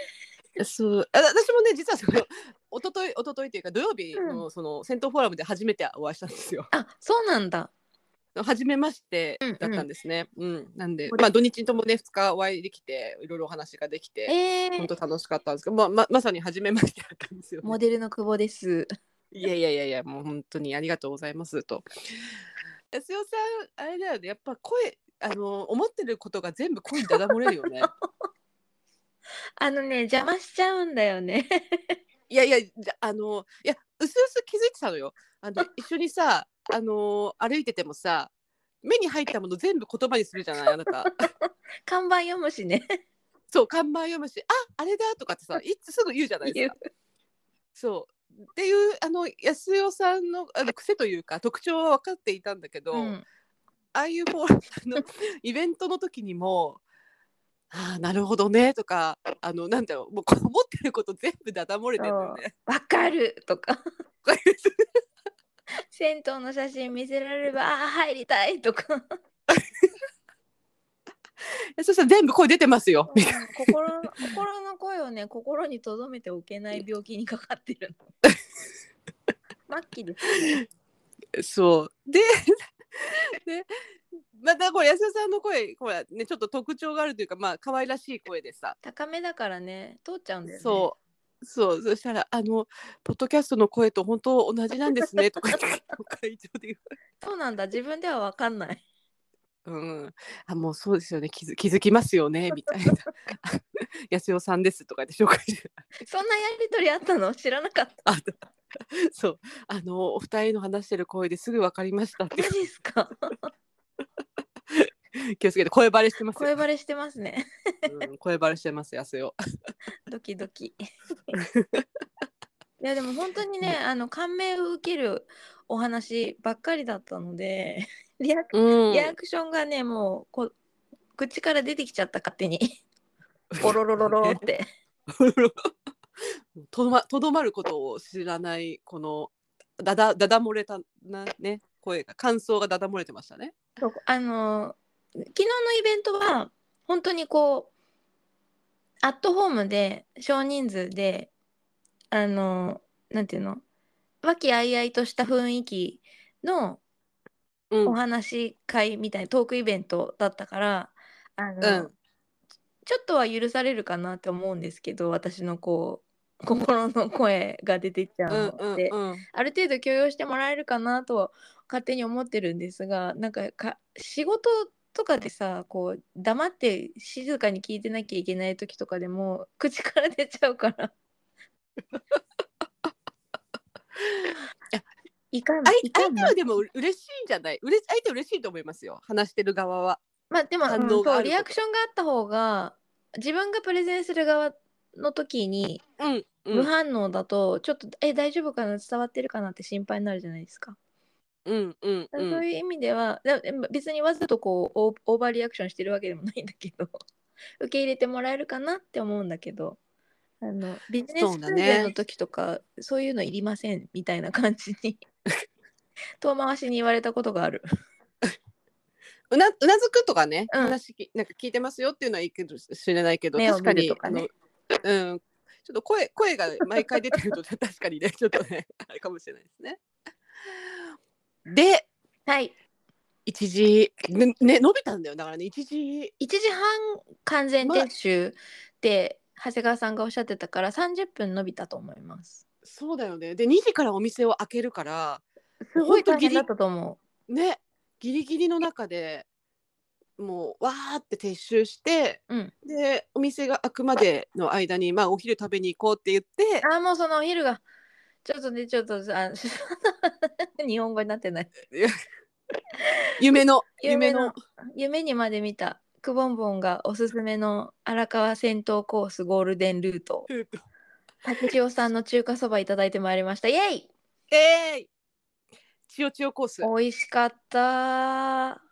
Speaker 2: そう。あ私もね実はその一昨日一昨日というか土曜日のその戦闘フォーラムで初めてお会いしたんですよ。
Speaker 1: あそうなんだ。
Speaker 2: 初めまして
Speaker 1: うんうん
Speaker 2: だったんですね。うん、なんで
Speaker 1: これ
Speaker 2: まあ土日ともね2日お会いできていろいろお話ができて。
Speaker 1: え
Speaker 2: 本
Speaker 1: ー、
Speaker 2: 当楽しかったんですけど、まあ、ままさに初めましてだったんですよ、ね
Speaker 1: モ。デルの久保です。
Speaker 2: いやいやいやいや、もう本当にありがとうございますと。安代さん、あれだよね、やっぱ声、あの、思ってることが全部声にだだ漏れるよね。
Speaker 1: あのね邪魔しちゃうんだよね。
Speaker 2: いやいや、じゃあの、いや、うすうす気づいてたのよ。あの、一緒にさ、あの、歩いててもさ、目に入ったもの全部言葉にするじゃない、あなた。
Speaker 1: 看板読むしね。
Speaker 2: そう、看板読むし、あ、あれだとかってさ、いつすぐ言うじゃないですか。そう。っていう、あの、安代さんの、あの、癖というか、特徴は分かっていたんだけど。
Speaker 1: うん
Speaker 2: ああいうフォー ラムあのイベントの時にも「ああなるほどね」とかあのなんだろうもうこう思ってること全部だだ漏れてるよね。
Speaker 1: わかるとか
Speaker 2: これ
Speaker 1: 銭湯の写真見せられればあー入りたいと か
Speaker 2: そしたら全部声出てますよ。
Speaker 1: 心の心の声をね心に留めておけない病気にかかってる の末期です
Speaker 2: そうででまたこれ安田さんの声これ、ね、ちょっと特徴があるというかまあ可愛らしい声でさ
Speaker 1: 高めだからね通っちゃうんだよね
Speaker 2: そうそうそしたら「あのポッドキャストの声と本当同じなんですね」とか言って会長で言う
Speaker 1: そうなんだ自分ではわかんない
Speaker 2: うん、あもうそうですよね気づ気づきますよねみたいな あ「安代さんです」とかで紹介して
Speaker 1: そんなやりとりあったの知らなかった
Speaker 2: あそうあのお二人の話してる声ですぐ分かりましたって
Speaker 1: マジですか
Speaker 2: 気をつけて声バレしてますよ
Speaker 1: 声バレしてますね
Speaker 2: うん、声バレしてます安代
Speaker 1: ドキド キいやでも本当にねあの感銘を受けるお話ばっかりだったので リアク
Speaker 2: うん
Speaker 1: リアクションがね、もうこ口から出てきちゃった勝手に ポロロロロって
Speaker 2: とどまとどまることを知らないこのだだだだ漏れたなね声が感想がだだ漏れてましたね
Speaker 1: そうあのー昨日のイベントは本当にこうアットホームで少人数であのーなんていうの和気あいあいとした雰囲気の
Speaker 2: うん
Speaker 1: お話し会みたいなトークイベントだったからあのー、
Speaker 2: うん
Speaker 1: ちょっとは許されるかなって思うんですけど私のこう心の声が出てっちゃう
Speaker 2: う
Speaker 1: の
Speaker 2: ん
Speaker 1: で。
Speaker 2: うんうん
Speaker 1: ある程度許容してもらえるかなとは勝手に思ってるんですがなんかか仕事とかでさこう黙って静かに聞いてなきゃいけない時とかでも口から出ちゃうから
Speaker 2: や。
Speaker 1: いかん
Speaker 2: 相
Speaker 1: いか
Speaker 2: 相
Speaker 1: ん
Speaker 2: 手
Speaker 1: な
Speaker 2: はでも嬉しいんじゃない嬉し相手嬉しいと思いますよ話してる側は
Speaker 1: まあでも、
Speaker 2: 反
Speaker 1: うん
Speaker 2: 応があ
Speaker 1: そう
Speaker 2: ること
Speaker 1: リアクションがあった方が自分がプレゼンする側の時に
Speaker 2: うん、う
Speaker 1: 無
Speaker 2: ん、
Speaker 1: 反応だとちょっと、え大丈夫かな伝わってるかなって心配になるじゃないですか。
Speaker 2: うん、うん、
Speaker 1: だからそういう意味では、だでも別にわざとこうオーオーバーリアクションしてるわけでもないんだけど 受け入れてもらえるかなって思うんだけどあのビジネス
Speaker 2: そうだ
Speaker 1: 訓
Speaker 2: ね
Speaker 1: 練の時とかそう,、いうのいりませんみたいな感じ に遠回しに言われたことがある。
Speaker 2: うな、うなずくとかね、
Speaker 1: うん
Speaker 2: 話き、なんか聞いてますよっていうのはいいけど、知れないけど、
Speaker 1: 目を
Speaker 2: 確か
Speaker 1: 見
Speaker 2: に、
Speaker 1: るとかね
Speaker 2: あのうん。ちょっと声、声が毎回出てると、確かにね、ちょっとね、 あれかもしれないですね。で、
Speaker 1: はい
Speaker 2: 一時、ね、ね伸びたんだよ、だからね、一時。
Speaker 1: 1時半完全撤収って長谷川さんがおっしゃってたから30分伸びたと思います。
Speaker 2: そうだよね、で、二時からお店を開けるから、
Speaker 1: すごい
Speaker 2: ほ
Speaker 1: 大
Speaker 2: んとギ
Speaker 1: 変
Speaker 2: リ
Speaker 1: だったと思
Speaker 2: ね、ギリギリの中で。もうわーって撤収して
Speaker 1: う。うん、
Speaker 2: でお店が開くまでの間に、まあ、お昼食べに行こうって言って
Speaker 1: あーもうそのお昼がちょっとねちょっとあ 日本語になってない
Speaker 2: 夢の
Speaker 1: 夢の
Speaker 2: 夢の
Speaker 1: 夢にまで見たくぼんぼんがおすすめの荒川戦闘コースゴールデンルート
Speaker 2: えー
Speaker 1: 竹千代さんの中華そばいただいてまいりましたイエイ
Speaker 2: いちよちよコース
Speaker 1: 美味しかった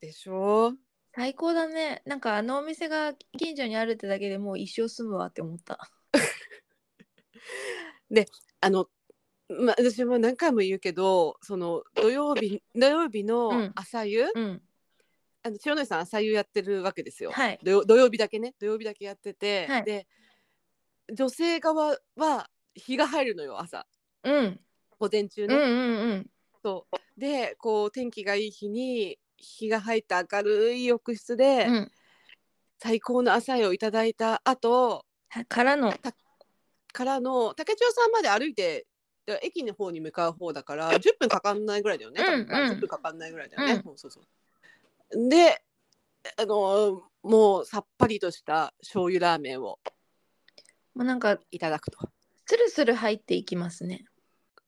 Speaker 2: でしょ
Speaker 1: 最高だねなんかあのお店が近所にあるってだけでもう一生住むわって思った
Speaker 2: あの、まあ、私も何回も言うけどその土曜日土曜日
Speaker 1: う
Speaker 2: の
Speaker 1: ん
Speaker 2: 朝湯、
Speaker 1: うん
Speaker 2: あの千代の湯さん朝湯やってるわけですよ、
Speaker 1: はい
Speaker 2: 土曜土曜日だけね土曜日だけやってて、
Speaker 1: はい
Speaker 2: で女性側は日が入るのよ朝
Speaker 1: うん
Speaker 2: 午前中
Speaker 1: う
Speaker 2: ね、
Speaker 1: んうんうん
Speaker 2: そうでこう天気がいい日に日が入った明るい浴室で、
Speaker 1: うん
Speaker 2: 最高の朝湯をいただいた後
Speaker 1: はからの
Speaker 2: からの竹千代さんまで歩いてだから駅の方に向かう方だから10分かかんないぐらいだよね、
Speaker 1: うんうん
Speaker 2: 10分かかんないぐらいだよね、
Speaker 1: うん
Speaker 2: もうそうそうであのもうさっぱりとした醤油ラーメンを
Speaker 1: もうなんか
Speaker 2: いただくと
Speaker 1: スルスル入っていきますね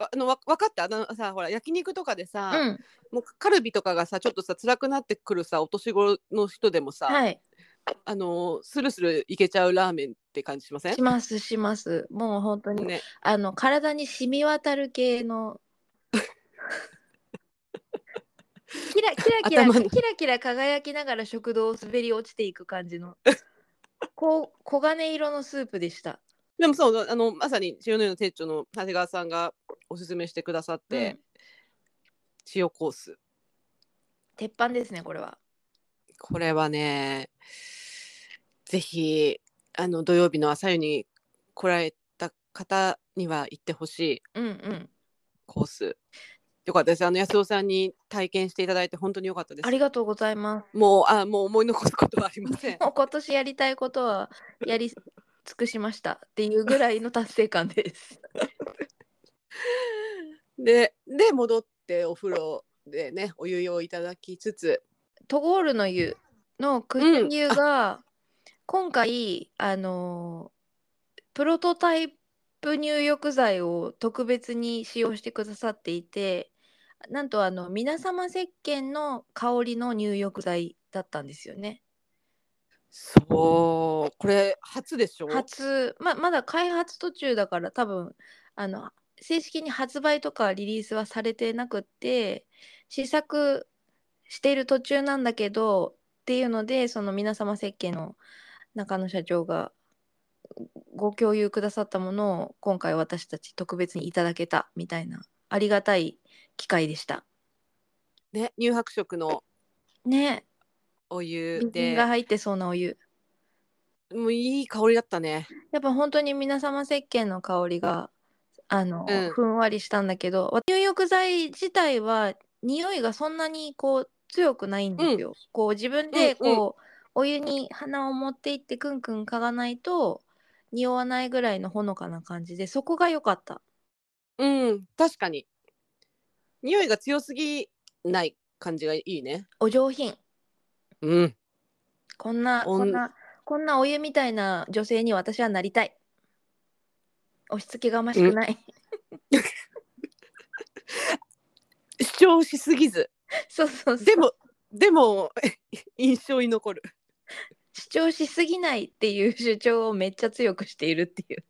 Speaker 2: ああのわ分かったあのさほら焼肉とかで
Speaker 1: う
Speaker 2: さ、
Speaker 1: ん
Speaker 2: もうカルビとかがさちょっとさ辛くなってくるさお年頃の人でもさ、
Speaker 1: はい
Speaker 2: あのスルスルいけちゃうラーメンって感じしません
Speaker 1: しますしますもう本当に
Speaker 2: ね
Speaker 1: あの体に染み渡る系の キラキラキラ
Speaker 2: 頭の
Speaker 1: キラキラ輝きながら食堂を滑り落ちていく感じのこう黄金色のスープでした。
Speaker 2: でもそうあのまさに千代の湯の店長の長谷川さんがおすすめしてくださっ
Speaker 1: うん
Speaker 2: て、千代コース
Speaker 1: 鉄板ですねこれは。
Speaker 2: これはねぜひあの土曜日の朝湯に来られた方には行ってほしい
Speaker 1: うんうん。
Speaker 2: コースよかったですあの安尾さんに体験していただいて本当によかったです
Speaker 1: ありがとうございます。
Speaker 2: もうあもう思い残すことはありません
Speaker 1: もう今年やりたいことはやり尽くしましたっていうぐらいの達成感です。
Speaker 2: でで戻ってお風呂でねお湯をいただきつつ
Speaker 1: トゴールの湯の
Speaker 2: う
Speaker 1: 訓
Speaker 2: ん
Speaker 1: 練湯が、今回あのープロトタイプ入浴剤を特別に使用してくださっていてなんとあの皆様石鹸の香りの入浴剤だったんですよね。
Speaker 2: そうこれ初でしょ
Speaker 1: 初ままだ開発途中だから多分あの正式に発売とかリリースはされてなくって試作している途中なんだけどっていうのでその皆様設計の中野社長がご共有くださったものを今回私たち特別にいただけたみたいなありがたい機会でした。
Speaker 2: ね乳白色の
Speaker 1: ね
Speaker 2: お湯
Speaker 1: 美人が
Speaker 2: で
Speaker 1: 入ってそうなお湯。
Speaker 2: もういい香りだったね
Speaker 1: やっぱ本当に皆様石鹸の香りがあの、
Speaker 2: うん
Speaker 1: ふんわりしたんだけど入浴剤自体は匂いがそんなにこう強くないんですよ。こう自分でこう、
Speaker 2: うん
Speaker 1: お湯に鼻を持っていってくんくん嗅がないと匂わないぐらいのほのかな感じでそこが良かった。
Speaker 2: うん確かに匂いが強すぎない感じがいいね
Speaker 1: お上品
Speaker 2: うん
Speaker 1: こんな
Speaker 2: おん
Speaker 1: こんなこんなお湯みたいな女性に私はなりたい。押し付けがましくない。
Speaker 2: 主張しすぎず
Speaker 1: そうそうそう
Speaker 2: でもでも 印象に残る
Speaker 1: 主張しすぎないっていう主張をめっちゃ強くしているっていう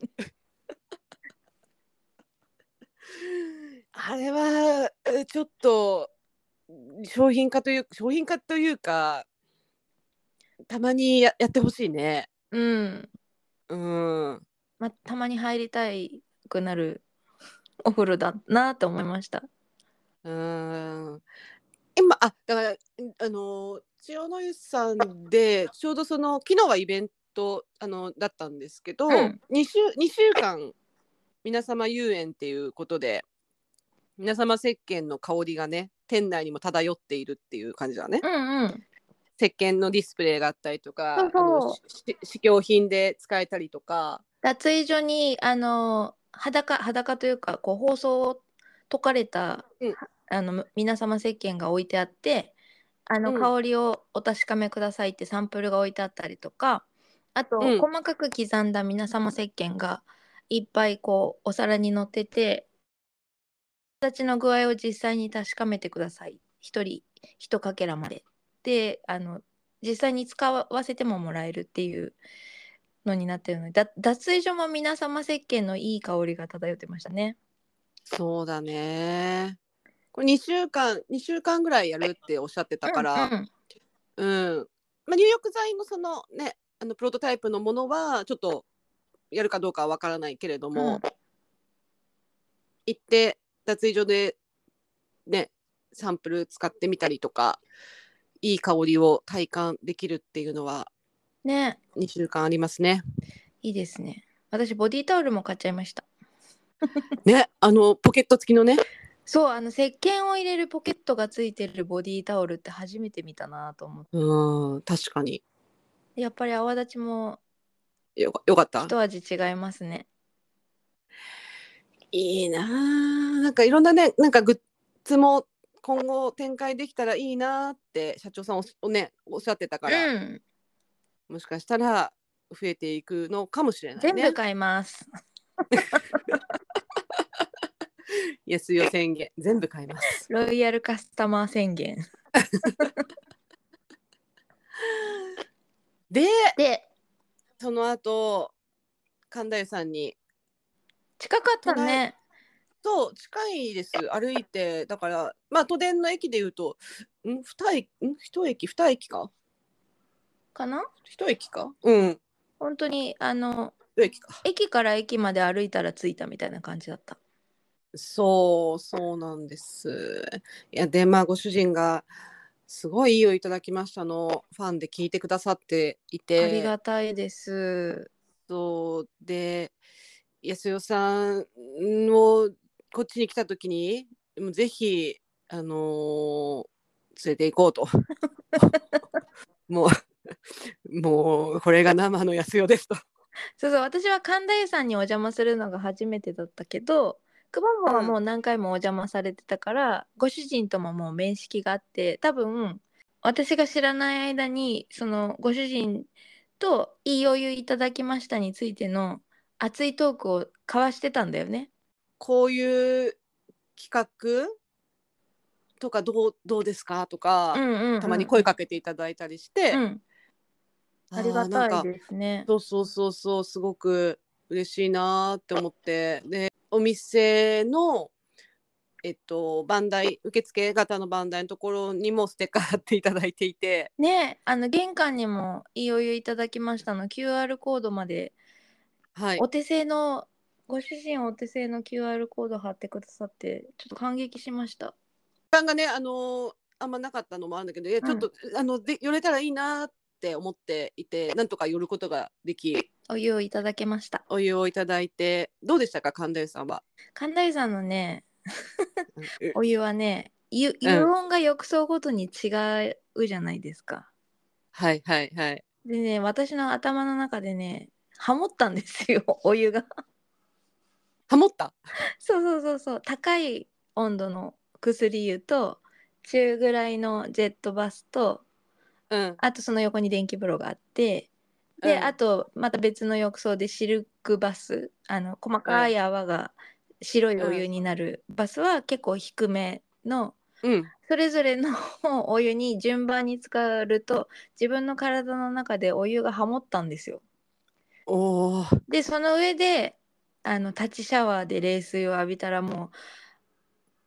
Speaker 2: あれはえちょっと商品化という商品化というかたまにややってほしいね
Speaker 1: うん、
Speaker 2: うん
Speaker 1: まあ、たまに入りたいくなるお風呂だなと思いました
Speaker 2: うーん今あだからんあの千代の湯さんでちょうどその昨日はイベントあのだったんですけど、
Speaker 1: うん
Speaker 2: 2, 週2週間皆様遊園っていうことで皆様石鹸の香りがね店内にも漂っているっていう感じだね
Speaker 1: うんうん
Speaker 2: 石鹸のディスプレイがあったりとか
Speaker 1: そうそう
Speaker 2: あのし試供品で使えたりとか
Speaker 1: 脱衣所にあの裸裸というかこう包装を解かれた、
Speaker 2: うん
Speaker 1: あの皆様石鹸が置いてあってあの、
Speaker 2: うん
Speaker 1: 香りをお確かめくださいってサンプルが置いてあったりとかあと、
Speaker 2: うん
Speaker 1: 細かく刻んだ皆様石鹸がいっぱいこうお皿に乗ってて形の具合を実際に確かめてください一人一かけらまで。であの実際に使わせてももらえるっていうのになってるのでだ脱衣所も皆様石鹸のいい香りが漂ってましたね
Speaker 2: そうだねこれ2週間2週間ぐらいやるっておっしゃってたから。
Speaker 1: うんうん
Speaker 2: うんまあ、入浴剤のそのねあのプロトタイプのものはちょっとやるかどうかはわからないけれども、
Speaker 1: うん
Speaker 2: 行って脱衣所でねサンプル使ってみたりとかいい香りを体感できるっていうのは
Speaker 1: ね
Speaker 2: 2週間ありますね。
Speaker 1: いいですね私ボディタオルも買っちゃいました
Speaker 2: ねあのポケット付きのね
Speaker 1: そうあの石鹸を入れるポケットがついてるボディタオルって初めて見たなと思って
Speaker 2: うん確かに
Speaker 1: やっぱり泡立ちも
Speaker 2: よかよかった
Speaker 1: 一味違いますね
Speaker 2: いいなあなんかいろんなねなんかグッズも今後展開できたらいいなあって社長さんおしおねおっしゃってた
Speaker 1: う
Speaker 2: から、
Speaker 1: ん
Speaker 2: もしかしたら増えていくのかもしれない
Speaker 1: 全
Speaker 2: ね。
Speaker 1: 部買います、
Speaker 2: イエスよ宣言全部買います。
Speaker 1: ロイヤルカスタマー宣言
Speaker 2: で
Speaker 1: で
Speaker 2: その後神田屋さんに
Speaker 1: 近かったね
Speaker 2: と近いです歩いてだからまあ都電の駅でいうとん二駅ん一駅二駅か
Speaker 1: かな
Speaker 2: 一駅かうん
Speaker 1: 本当にあの
Speaker 2: 一駅か
Speaker 1: 駅から駅まで歩いたら着いたみたいな感じだった
Speaker 2: そうそうなんです。いやでまあご主人がすごいいいをいただきましたのファンで聞いてくださっていて
Speaker 1: ありがたいです。
Speaker 2: そうで安代さんをこっちに来た時にもうぜひあのー連れて行こう ともうもうこれが生の安代ですと
Speaker 1: そうそう、私は神田湯さんにお邪魔するのが初めてだったけど、くまモンはもう何回もお邪魔されてたから、ご主人とももう面識があって、多分私が知らない間に、そのご主人といいお湯いただきましたについての熱いトークを交わしてたんだよね。
Speaker 2: こういう企画とかどうどうですかとか、
Speaker 1: うんうんうん
Speaker 2: たまに声かけていただいたりして、
Speaker 1: うん、
Speaker 2: ー
Speaker 1: ありが
Speaker 2: なん
Speaker 1: たい
Speaker 2: か
Speaker 1: ですね。
Speaker 2: そうそうそうそうすごく嬉しいなーって思ってでお店のえっと番台受付型の番台のところにもステッカー貼っていただいていて
Speaker 1: ねあの玄関にもいいお湯いただきましたの QR コードまで
Speaker 2: はい
Speaker 1: お手製のご主人お手製の QR コード貼ってくださってちょっと感激しました
Speaker 2: 時間がねあのーあんまなかったのもあるんだけどいやちょっと、あので寄れたらいいなーって思っていてなんとか寄ることができ
Speaker 1: お湯をいただけました
Speaker 2: お湯をいただいてどうでしたか神田湯さんは。
Speaker 1: 神田湯さんのね
Speaker 2: うん
Speaker 1: お湯はね湯
Speaker 2: うん
Speaker 1: 湯温が浴槽ごとに違うじゃないですか、
Speaker 2: はいはいはい。
Speaker 1: でね私の頭の中でねハモったんですよ お湯が
Speaker 2: ハモった
Speaker 1: そうそうそうそう高い温度の薬湯と中ぐらいのジェットバスと
Speaker 2: うん。
Speaker 1: あとその横に電気風呂があってで、
Speaker 2: うん
Speaker 1: あとまた別の浴槽でシルクバスあの細かい泡が白いお湯になるバスは結構低めの
Speaker 2: うん
Speaker 1: それぞれの お湯に順番に浸かると自分の体の中でお湯がハモったんですよ。
Speaker 2: おお
Speaker 1: でその上であの立ちシャワーで冷水を浴びたらもう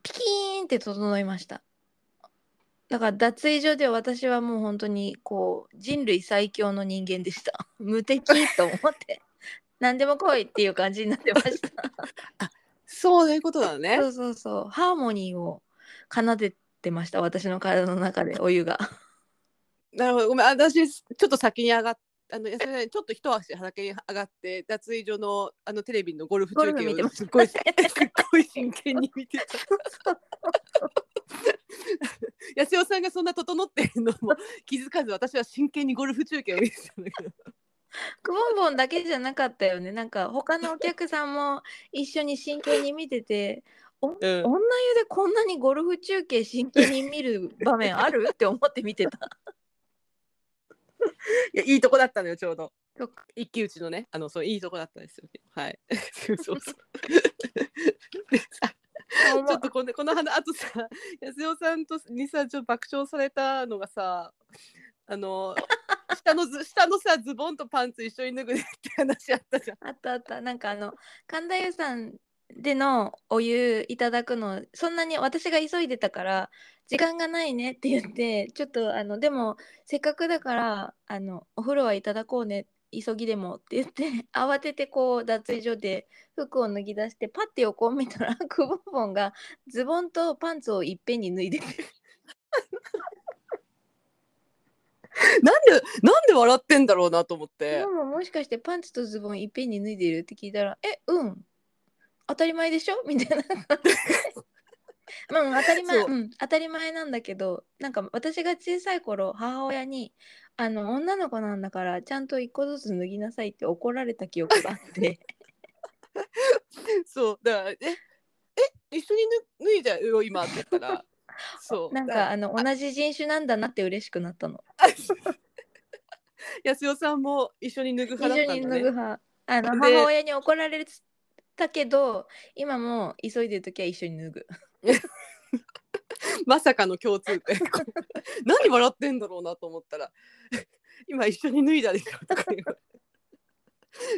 Speaker 1: ピキーンって整いましただから脱衣所で私はもう本当にこう人類最強の人間でした 無敵と思って何でも来いっていう感じになってました
Speaker 2: そういうことだね
Speaker 1: そうそうそうハーモニーを奏でてました私の体の中でお湯が
Speaker 2: なるほどごめん私ちょっと先に上がっあのいやそれねちょっと一足先に上がって脱衣所のあのテレビのゴルフ中
Speaker 1: ゴルフ
Speaker 2: 継
Speaker 1: 見て
Speaker 2: を
Speaker 1: ます
Speaker 2: っごいすっごい真剣に見てた 安代さんがそんな整ってるのも気づかず私は真剣にゴルフ中継を見てたんだけど
Speaker 1: くぼんぼんだけじゃなかったよねなんか他のお客さんも一緒に真剣に見てて
Speaker 2: う ん
Speaker 1: 女湯でこんなにゴルフ中継真剣に見る場面あるって思って見 てた
Speaker 2: いやいいとこだったのよちょうど
Speaker 1: よく
Speaker 2: 一騎打ちのねあのそういいとこだったんですよねはいそう そうそうでさ
Speaker 1: 思う
Speaker 2: ちょっとこのこの話あとさ 安代さんとにさちょっと爆笑されたのがさあ の下のず下のさズボンとパンツ一緒に脱ぐねって話あったじゃん。
Speaker 1: あったあったなんかあの神田湯さんでのお湯いただくのそんなに私が急いでたから時間がないねって言ってちょっとあのでもせっかくだからあのお風呂はいただこうね急ぎでもって言って慌ててこう脱衣所で服を脱ぎ出してパッて横を見たらくぼんぼんがズボンとパンツをいっぺんに脱いでて
Speaker 2: なんでなんで笑ってんだろうなと思っ
Speaker 1: で
Speaker 2: て。
Speaker 1: ももしかしてパンツとズボンいっぺんに脱いでるって聞いたら「えうん当たり前でしょ?」み たいな。うん、当たり前
Speaker 2: そう
Speaker 1: うん、当たり前なんだけどなんか私が小さい頃母親にあの女の子なんだからちゃんと一個ずつ脱ぎなさいって怒られた記憶があって
Speaker 2: そうだからええ一緒に脱脱いじゃうよ今って言ったら。 そう
Speaker 1: なん
Speaker 2: だ
Speaker 1: かあの同じ人種なんだなって嬉しくなったの
Speaker 2: 安代さんも一緒に脱ぐ
Speaker 1: 一
Speaker 2: 派だっ
Speaker 1: 緒
Speaker 2: た
Speaker 1: に
Speaker 2: んだ
Speaker 1: 脱
Speaker 2: ね
Speaker 1: ぐ。派あの
Speaker 2: で
Speaker 1: 母親に怒られたけど今もう急いでる時は一緒に脱ぐ
Speaker 2: まさかの共通 点何笑ってんだろうなと思ったら 「今一緒に脱いだでしょ」とか言う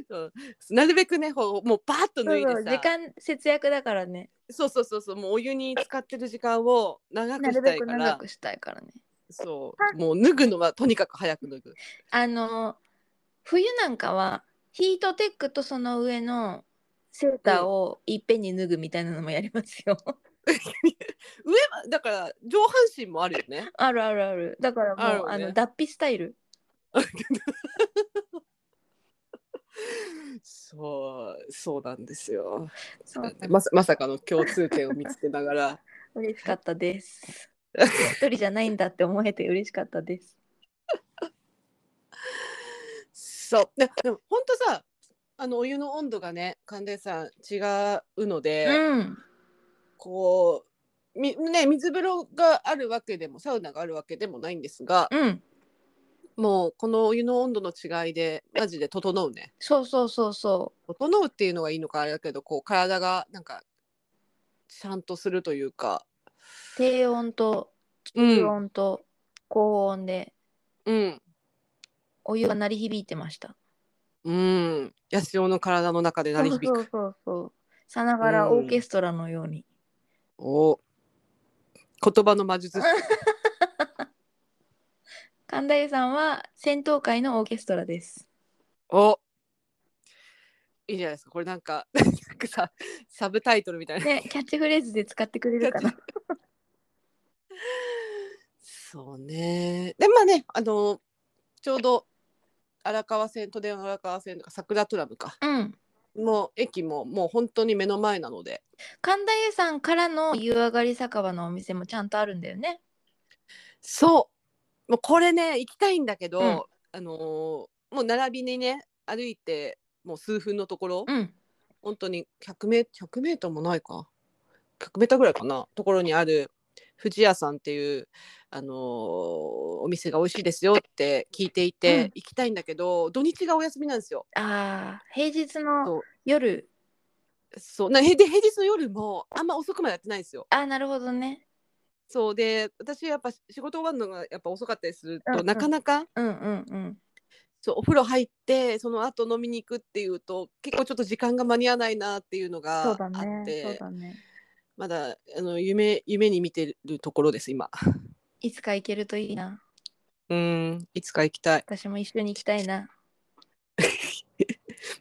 Speaker 2: そうなるべくねほうもうパーッと脱い
Speaker 1: そうそう
Speaker 2: で
Speaker 1: 時
Speaker 2: さ
Speaker 1: 間節約だからね
Speaker 2: そうそうそうそうもうお湯に使ってる時間を
Speaker 1: な
Speaker 2: 長く
Speaker 1: る
Speaker 2: した
Speaker 1: べ
Speaker 2: い
Speaker 1: く
Speaker 2: か
Speaker 1: 長
Speaker 2: ら
Speaker 1: くしたいからね。
Speaker 2: そうもう脱ぐのはとにかく早く脱ぐ
Speaker 1: あの冬なんかはヒートテックとその上のセーターをいっぺんに脱ぐみたいなのもやりますよ。
Speaker 2: 上はだから上半身もあるよね
Speaker 1: あるあるある。だからもう
Speaker 2: あ
Speaker 1: あ
Speaker 2: る、よね
Speaker 1: の脱皮スタイル。
Speaker 2: そうそうなんですよ
Speaker 1: そうなんだ
Speaker 2: まさまさかの共通点を見つけながら
Speaker 1: 嬉しかった です。一人じゃないんだって思えて嬉しかったです。
Speaker 2: そうででも本当さあのお湯の温度がね寒冷さん違うので、
Speaker 1: うん。
Speaker 2: こうみね水風呂があるわけでもサウナがあるわけでもないんですが、
Speaker 1: うん。
Speaker 2: もうこのお湯の温度の違いでマジで整うね
Speaker 1: そうそうそうそ
Speaker 2: 整うっていうのがいいのかあれだけどこう体がなんかちゃんとするというか、
Speaker 1: う。低温と
Speaker 2: う
Speaker 1: 低
Speaker 2: ん
Speaker 1: 温と高温で
Speaker 2: うん
Speaker 1: お湯が鳴り響いてました。
Speaker 2: うん、安代の体の中で鳴り響く
Speaker 1: そうそうそうさながらオーケストラのように、
Speaker 2: お言葉の魔術師
Speaker 1: 神田湯さんは戦闘会のオーケストラです
Speaker 2: おいいじゃないですかこれなんかなんかさサブタイトルみたいな
Speaker 1: ねキャッチフレーズで使ってくれるかな
Speaker 2: そうね。でまあねあのちょうど荒川線都電荒川線とか桜トラムか
Speaker 1: うん
Speaker 2: もう駅ももう本当に目の前なので
Speaker 1: 神田湯さんからの湯上がり酒場のお店もちゃんとあるんだよね
Speaker 2: そうもうこれね行きたいんだけど、
Speaker 1: うん
Speaker 2: あのーもう並びにね歩いてもう数分のところ、
Speaker 1: うん
Speaker 2: 本当に100メ ,100 メートルもないか100メートルぐらいかなところにある富士屋さんっていう、あのーお店が美味しいですよって聞いていて、
Speaker 1: うん
Speaker 2: 行きたいんだけど土日がお休みなんですよ。
Speaker 1: あー平日
Speaker 2: そ
Speaker 1: の
Speaker 2: う
Speaker 1: 夜
Speaker 2: そうなへで平日の夜もあんま遅くまでやってないんですよ。
Speaker 1: あーなるほどね
Speaker 2: そうで私やっぱ仕事終わるのがやっぱ遅かったりする
Speaker 1: うん
Speaker 2: と、
Speaker 1: うん
Speaker 2: なかなか
Speaker 1: うんうんうん。
Speaker 2: そうお風呂入ってその後飲みに行くっていうと結構ちょっと時間が間に合わないなっていうのがあ
Speaker 1: そう
Speaker 2: っ
Speaker 1: だね。
Speaker 2: て、
Speaker 1: そうだね。
Speaker 2: まだあの夢夢に見てるところです今。
Speaker 1: いつか行けるといいな。
Speaker 2: うんいつか行きたい。
Speaker 1: 私も一緒に行きたいな。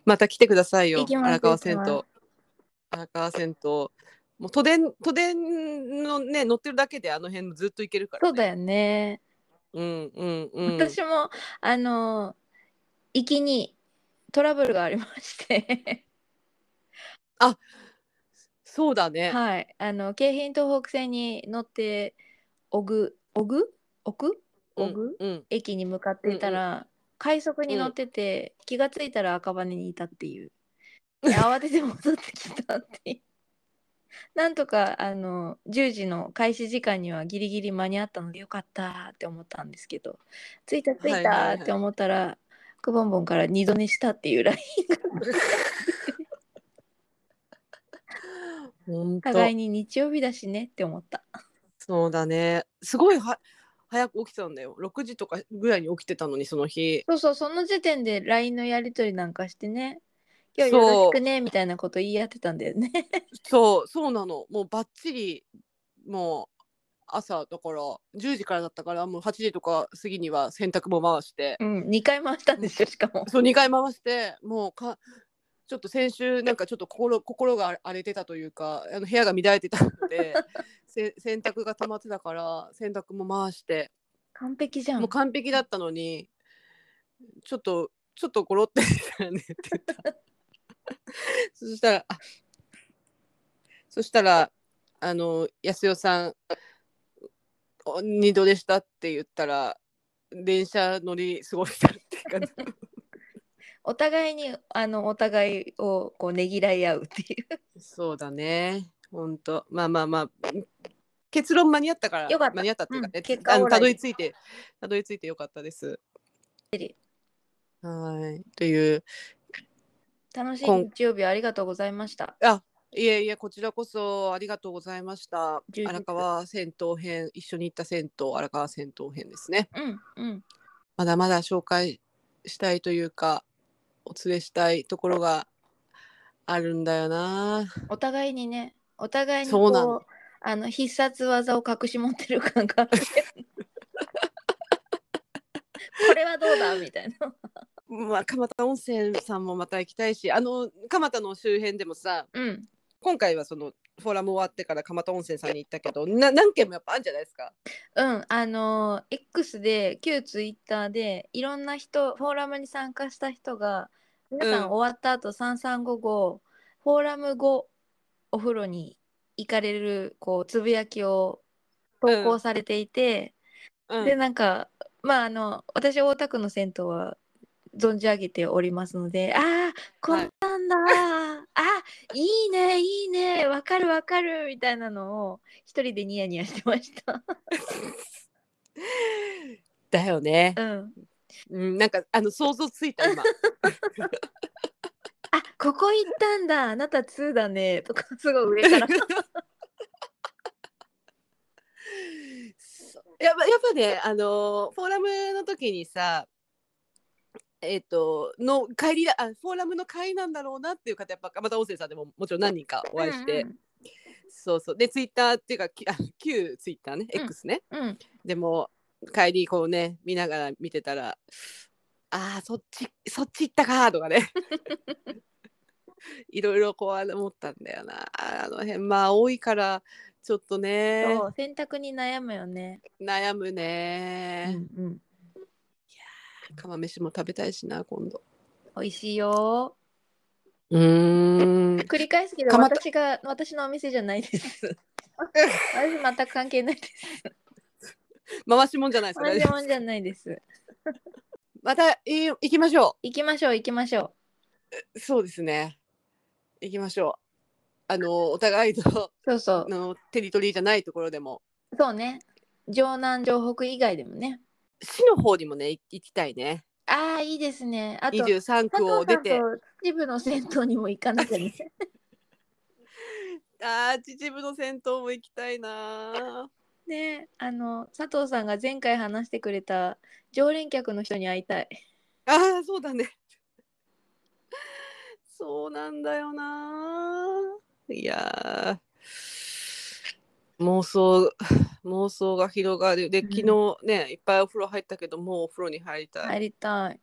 Speaker 2: また来てくださいよ
Speaker 1: 行きます
Speaker 2: 荒川銭
Speaker 1: 行き
Speaker 2: 湯
Speaker 1: ま。
Speaker 2: 荒川銭湯もう都電都電のね乗ってるだけであの辺ずっと行けるから、
Speaker 1: そう
Speaker 2: ね。
Speaker 1: だよね。
Speaker 2: うんうんうん。
Speaker 1: 私もあの行きにトラブルがありまして、
Speaker 2: そうだね。
Speaker 1: はい、あの京浜東北線に乗って小ぐ小ぐ奥
Speaker 2: う
Speaker 1: 小
Speaker 2: ん
Speaker 1: ぐ、
Speaker 2: うん
Speaker 1: 駅に向かっていたら、快速に乗ってて、気がついたら赤羽にいたっていう で慌てて戻ってきたっていうなんとかあの10時の開始時間にはギリギリ間に合ったのでよかったって思ったんですけど着いた着いたって思ったら、クボンボンから二度寝したっていうライン
Speaker 2: 本当
Speaker 1: 互いに日曜日だしねって思った
Speaker 2: そうだねすごいは早く起きてたんだよ6時とかぐらいに起きてたのにその日
Speaker 1: そうそうその時点で LINE のやり取りなんかしてね今日よろしくねみたいなこと言い合ってたんだよね
Speaker 2: そうそうなのもうばっちりもう朝だから10時からだったからもう8時とか過ぎには洗濯も回して
Speaker 1: うん、2回 回したんですよ、しかも。
Speaker 2: そう2回回してもうかちょっと先週なんかちょっと心心が荒れてたというかあの部屋が乱れてたのでせ洗濯が溜まってたから洗濯も回して
Speaker 1: 完璧じゃん。
Speaker 2: もう完璧だったのにちょっとちょっとゴロってしたよねって言った そしたらあそしたらあの安代さんお二度でしたって言ったら電車乗り過ごしたっていう 感じ
Speaker 1: お互いに、あの、お互いを、こう、ねぎらい合うって いう。
Speaker 2: そうだねほんとまあまあまあ結論間に合ったから
Speaker 1: よかった
Speaker 2: 間に合ったっていうかね、
Speaker 1: うん結果
Speaker 2: あ
Speaker 1: オー
Speaker 2: の
Speaker 1: ラ
Speaker 2: た
Speaker 1: イ
Speaker 2: どり着いてたどり着いてよかったです。はいという
Speaker 1: 楽しい
Speaker 2: こん
Speaker 1: 日曜日をありがとうございました。
Speaker 2: あいえいえこちらこそありがとうございました
Speaker 1: 充実
Speaker 2: 荒川銭湯編一緒に行った銭湯荒川銭湯編ですね
Speaker 1: うん、うん。
Speaker 2: まだまだ紹介したいというかお連れしたいところがあるんだよな
Speaker 1: お互いにね、お互いに
Speaker 2: そうな
Speaker 1: こ
Speaker 2: の
Speaker 1: う、あの、必殺技を隠し持ってる感があ る。これはどうだみたいな。
Speaker 2: まあ蒲田温泉さんもまた行きたいしあの蒲田の周辺でもさ
Speaker 1: うん。
Speaker 2: 今回はそのフォーラム終わってから蒲田温泉さんに行ったけどな何件もやっぱあるんじゃないですか
Speaker 1: うん、あのー X で旧ツイッターでいろんな人フォーラムに参加した人が皆さ
Speaker 2: うん
Speaker 1: ん終わった後三三五五フォーラム後お風呂に行かれるこうつぶやきを投稿されていて、
Speaker 2: うん
Speaker 1: でなんかまああの私大田区の銭湯は存じ上げておりますのでああこん なんだ、あいいねいいねわかるわかるみたいなのを一人でニヤニヤしてま した。
Speaker 2: だよね、
Speaker 1: うん
Speaker 2: うん、なんかあの想像ついた今
Speaker 1: あここ行ったんだあなた2だねとか すごい上 から
Speaker 2: そうやっぱやっぱねあのーフォーラムの時にさえっ、との帰りだあフォーラムの帰りなんだろうなっていう方やっぱまた音声さんでももちろん何人かお会いして、そうそうでツイッターっていうかきあ旧ツイッターね
Speaker 1: うん
Speaker 2: X ね、
Speaker 1: うん、うん
Speaker 2: でも帰りこうね見ながら見てたらあーそっちそっち行ったかーとか ねいろいろこう思ったんだよなあの辺まあ多いからちょっとね
Speaker 1: そう選択に悩むよね、
Speaker 2: 悩むね、
Speaker 1: うんうん、
Speaker 2: 釜飯も食べたいしな今度
Speaker 1: 美味しいよ
Speaker 2: うーん
Speaker 1: 繰り返すけど
Speaker 2: 蒲田
Speaker 1: 私が私のお店じゃないです 私全く関係ないです
Speaker 2: 回しもんじゃないですか
Speaker 1: 同
Speaker 2: ね
Speaker 1: じもんじゃないです
Speaker 2: またい行きましょ
Speaker 1: 行きましょう行きましょ
Speaker 2: うそうですね行きましょうあのお互いの
Speaker 1: うそうそ
Speaker 2: あのテリトリーじゃないところでも
Speaker 1: うそうね城南城北以外でもね
Speaker 2: 市の方にもねい行きたいね
Speaker 1: ああいいですねあと
Speaker 2: 23区を出て
Speaker 1: 佐藤さんと秩父の銭湯にも行かなきゃね
Speaker 2: あー秩父の銭湯も行きたいな
Speaker 1: ねあの佐藤さんが前回話してくれた常連客の人に会いたい
Speaker 2: ああそうだね そうなんだよないやー妄想妄想が広がるで
Speaker 1: うん
Speaker 2: 昨日ねいっぱいお風呂入ったけどもうお風呂に入りたい、
Speaker 1: 入りたい昨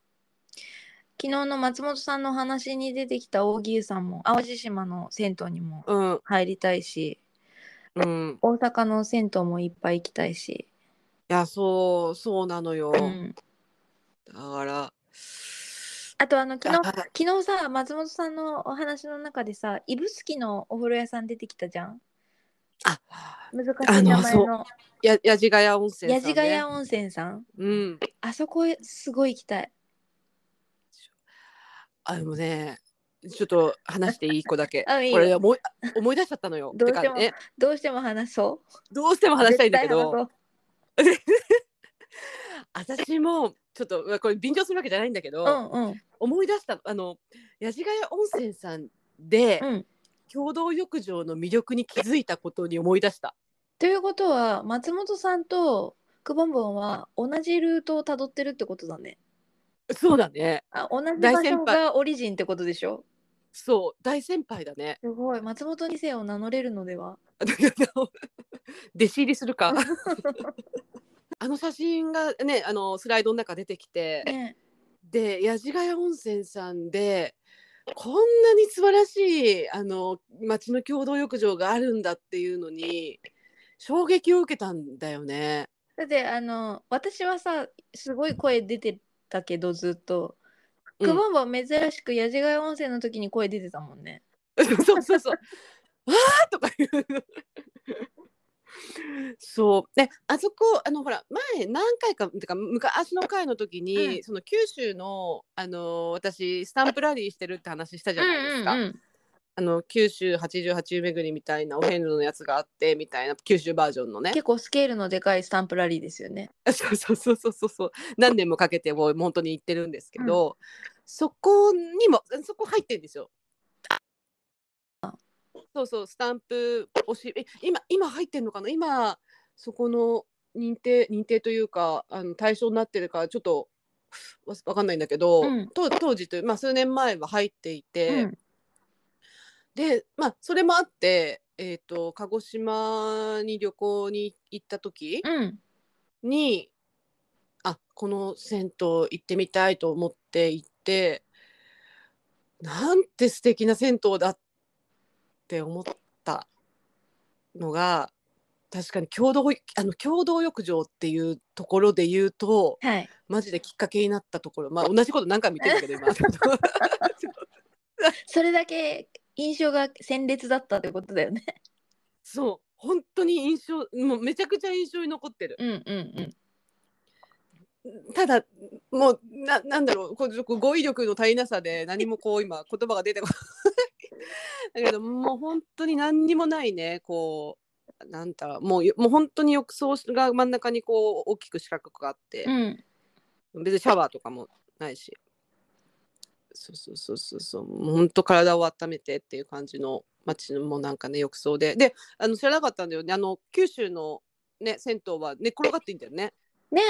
Speaker 1: 日の松本さんの話に出てきた大木湯さんも淡路島の銭湯にも
Speaker 2: うん
Speaker 1: 入りたいし
Speaker 2: うん
Speaker 1: 大阪の銭湯もいっぱい行きたいし、
Speaker 2: いやそうそうなのよ、
Speaker 1: うん、
Speaker 2: だから
Speaker 1: あとあの昨日
Speaker 2: あ
Speaker 1: 昨日さ松本さんのお話の中でさ指宿のお風呂屋さん出てきたじゃん
Speaker 2: あ
Speaker 1: 難しい名前
Speaker 2: あ
Speaker 1: の
Speaker 2: ややじがや温泉
Speaker 1: 矢
Speaker 2: さん、ね、
Speaker 1: 地ヶ谷温泉さん
Speaker 2: うん
Speaker 1: あそこへすごい行きたい
Speaker 2: あでもねちょっと話していい子 だけ
Speaker 1: あいいよ
Speaker 2: これ思い思い出しちゃったのよ
Speaker 1: どうしても
Speaker 2: てかね
Speaker 1: どうしても話そ
Speaker 2: どうしても
Speaker 1: う
Speaker 2: 話したいんだけ
Speaker 1: 絶対
Speaker 2: ど
Speaker 1: 話
Speaker 2: 私もちょっとうわこれ便乗するわけじゃないんだけど、
Speaker 1: そううんうん
Speaker 2: 思い出したあの矢地ヶ谷温泉さんで、
Speaker 1: うん
Speaker 2: 共同浴場の魅力に気づいたことに思い出した
Speaker 1: ということは松本さんとくぼんぼんは同じルートをたどってるってことだね
Speaker 2: そうだね
Speaker 1: あ同じ
Speaker 2: 大
Speaker 1: 場
Speaker 2: 先輩
Speaker 1: 所がオリジンってことでしょ
Speaker 2: そう大先輩だね
Speaker 1: すごい松本二世を名乗れるのでは
Speaker 2: 弟子入りするか あの写真がねあのスライドの中出てきて
Speaker 1: ね
Speaker 2: で矢地ヶ谷温泉さんでこんなに素晴らしいあの町の共同浴場があるんだっていうのに衝撃を受けたんだよね。
Speaker 1: だってあの私はさすごい声出てたけどずっと
Speaker 2: うん
Speaker 1: くぼんぼん珍しく矢地ヶ谷温泉の時に声出てたもんね
Speaker 2: そうそうそう。 わーとか言う。そうねあそこあのほら前何回かてか昔の回の時に、
Speaker 1: う
Speaker 2: その九州のあの私スタンプラリーしてるって話したじゃないですか。
Speaker 1: うんうんうん
Speaker 2: あの九州八十八巡りみたいなお遍路のやつがあってみたいな九州バージョンのね。
Speaker 1: 結構スケールのでかいスタンプラリーですよね
Speaker 2: そうそうそうそうそうそう何年もかけてもう本当に行ってるんですけど、そこにもそこ入ってるんですよ。そうそうスタンプ押しえ今今入ってんのかな今そこの認定認定というかあの対象になってるからちょっとわわかんないんだけど、
Speaker 1: うん
Speaker 2: と当時という、まあ、数年前は入っていて、
Speaker 1: うん
Speaker 2: でまあそれもあって、えー、と鹿児島に旅行に行った時、
Speaker 1: うん
Speaker 2: にあこの銭湯行ってみたいと思って行ってなんて素敵な銭湯だって思ったのが確かに共同あの共同浴場っていうところで言うと
Speaker 1: はい
Speaker 2: マジできっかけになったところまあ同じこと何回も言ってるんだけど今
Speaker 1: それだけ印象が鮮烈だったってことだよね
Speaker 2: そう本当に印象もうめちゃくちゃ印象に残ってる
Speaker 1: うんうんうん
Speaker 2: ただもうななんだろうこうちょっと語彙力の足りなさで何もこう今言葉が出てこない だけどもう本当に何にもないねこうなんだろうもうよもう本当に浴槽が真ん中にこう大きく四角くあって、
Speaker 1: うん
Speaker 2: 別にシャワーとかもないしそうそうそうそうそうもう本当体を温めてっていう感じの街のもうなんかね浴槽でであの知らなかったんだよねあの九州のね銭湯は寝っ転がっていいんだよね
Speaker 1: ね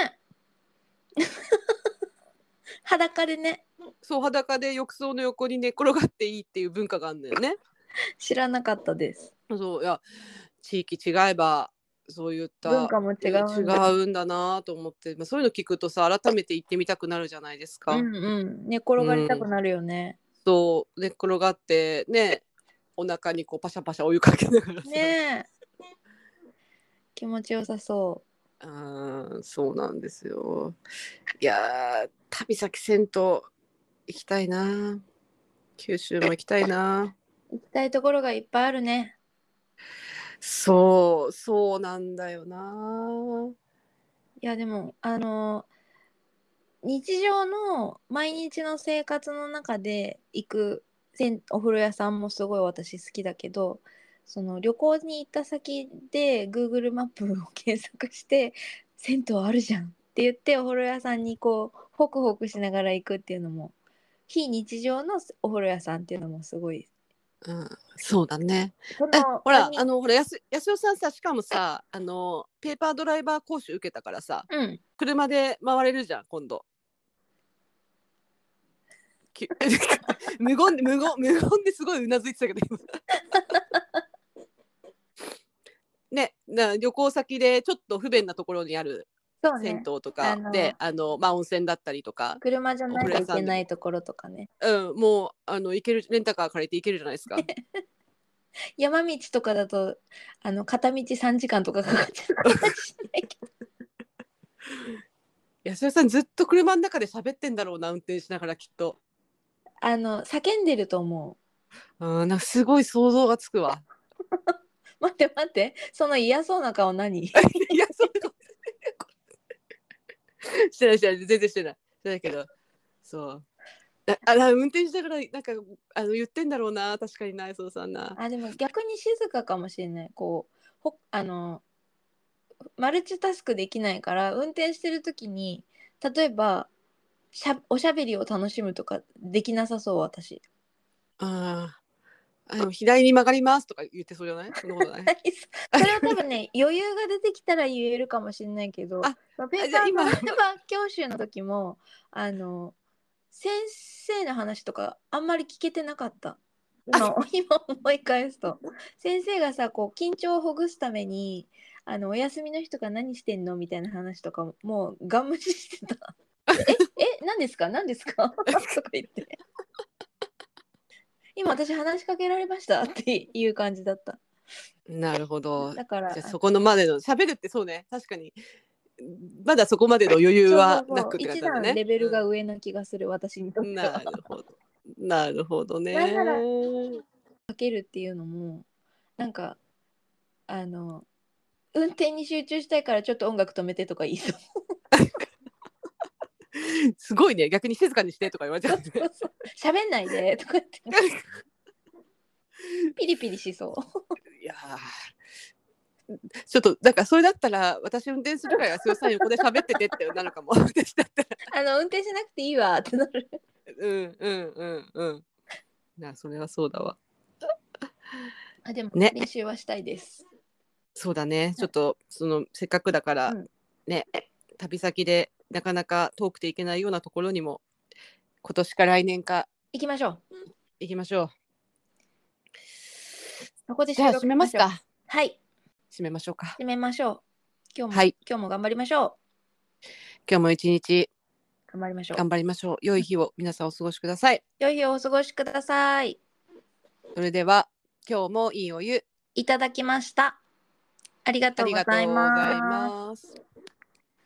Speaker 1: 裸でね
Speaker 2: そう裸で浴槽の横に寝転がっていいっていう文化があるんだよね。
Speaker 1: 知らなかったです
Speaker 2: そういや地域違えばそういった
Speaker 1: 文化も違うん
Speaker 2: 違うんだなと思って、まあ、そういうの聞くとさ改めて行ってみたくなるじゃないですか。
Speaker 1: うんうん寝転がりたくなるよね、
Speaker 2: そう寝っ転がってねお腹にこうパシャパシャお湯かけながらさ、
Speaker 1: ねえ気持ちよさそ
Speaker 2: うんそうなんですよ。いやー旅先銭湯行きたいな九州も行きたいな。
Speaker 1: う行きたいところがいっぱいあるね
Speaker 2: そうそうなんだよない
Speaker 1: やでもあの日常の毎日の生活の中で行くせんお風呂屋さんもすごい私好きだけどその旅行に行った先で Google マップを検索して「銭湯あるじゃん」って言ってお風呂屋さんにこうホクホクしながら行くっていうのも非日常のお風呂屋さんっていうのもすごい
Speaker 2: うん、そうだね。
Speaker 1: そ
Speaker 2: え
Speaker 1: の
Speaker 2: ほら
Speaker 1: 何
Speaker 2: あのほらやすやすよさんさしかもさあのペーパードライバー講習受けたからさ
Speaker 1: うん
Speaker 2: 車で回れるじゃん今度。き 無言で無言無言ですごいうなずいてたけど今。 ね、な旅行先でちょっと不便なところにある
Speaker 1: そう
Speaker 2: 銭湯
Speaker 1: ね
Speaker 2: とか
Speaker 1: あの
Speaker 2: で、あのまあ、温泉だったりとか、
Speaker 1: 車じゃないといけないところとかね
Speaker 2: うん、もうあの行けるレンタカー借りて行けるじゃないですか。
Speaker 1: 山道とかだとあの片道3時間とかかかっちゃうかもしれないけど
Speaker 2: 安田さんずっと車の中で喋ってんだろうな運転しながらきっと。
Speaker 1: あの叫んでると思
Speaker 2: うん、なんかすごい想像がつ くわ。
Speaker 1: う待って待ってその嫌そうな顔何
Speaker 2: いや、そういうことしてないしてない全然してない。してないけど、そう。ああら運転しながらなんかあの言ってんだろうな確かにな安田さんな。
Speaker 1: あでも逆に静かかもしれないこうほあのマルチタスクできないから運転してる時に例えばしゃおしゃべりを楽しむとかできなさそう私
Speaker 2: あーあの左に曲がりますとか言ってそうじゃないそんなことない。
Speaker 1: それは多分ね余裕が出てきたら言えるかもしれないけど
Speaker 2: あ
Speaker 1: まあペー
Speaker 2: じゃ
Speaker 1: パ
Speaker 2: あ
Speaker 1: ー
Speaker 2: 今
Speaker 1: ドライバー教習の時もあの先生の話とかあんまり聞けてなかった今 今思い返すと先生がさこう緊張をほぐすためにあのお休みの日とか何してんのみたいな話とかももうガン無視して たええ何ですか何ですか とか言って今私話しかけられましたっていう感じだった
Speaker 2: なるほど。
Speaker 1: だから
Speaker 2: じゃあそこのまでの喋るってそうね確かにまだそこまでの余裕はな
Speaker 1: そうそうそう
Speaker 2: くって感
Speaker 1: 一
Speaker 2: じだ
Speaker 1: 段
Speaker 2: ね。
Speaker 1: レベルが上な気がする、私にとって
Speaker 2: な
Speaker 1: は
Speaker 2: るほど。なるほどね。
Speaker 1: なんならかけるっていうのもなんかあの運転に集中したいからちょっと音楽止めてとか言いそう
Speaker 2: すごいね。逆に静かにしてとか言われちゃ うね。
Speaker 1: 喋んないでとか言ってピリピリしそう
Speaker 2: いやーちょっとなんかそれだったら私運転するから安代さん横で喋っててってな るかも私だったら
Speaker 1: あの運転しなくていいわってなる
Speaker 2: うんうんうんうんなそれはそうだわ
Speaker 1: あでも、
Speaker 2: ね
Speaker 1: 練習はしたいです
Speaker 2: そうだねちょっとそのせっかくだから
Speaker 1: うん
Speaker 2: ね、旅先でなかなか遠くて行けないようなところにも今年か来年か
Speaker 1: 行きましょう
Speaker 2: 行きましょう
Speaker 1: そこで
Speaker 2: じゃあ
Speaker 1: 収録
Speaker 2: 閉めます
Speaker 1: しょう
Speaker 2: か
Speaker 1: はい
Speaker 2: 閉めましょうか
Speaker 1: 締めましょう今日も、
Speaker 2: はい
Speaker 1: 今日も頑張りましょ
Speaker 2: 今日も一日
Speaker 1: う頑張りましょう
Speaker 2: 頑張りましょう良い日を皆さんお過ごしください
Speaker 1: 良い日をお過ごしください
Speaker 2: それでは今日もいいお湯
Speaker 1: いただきましたありが
Speaker 2: あ
Speaker 1: とう
Speaker 2: り
Speaker 1: ご
Speaker 2: がとう
Speaker 1: ざ
Speaker 2: ご
Speaker 1: い
Speaker 2: ざい
Speaker 1: ます
Speaker 2: ます。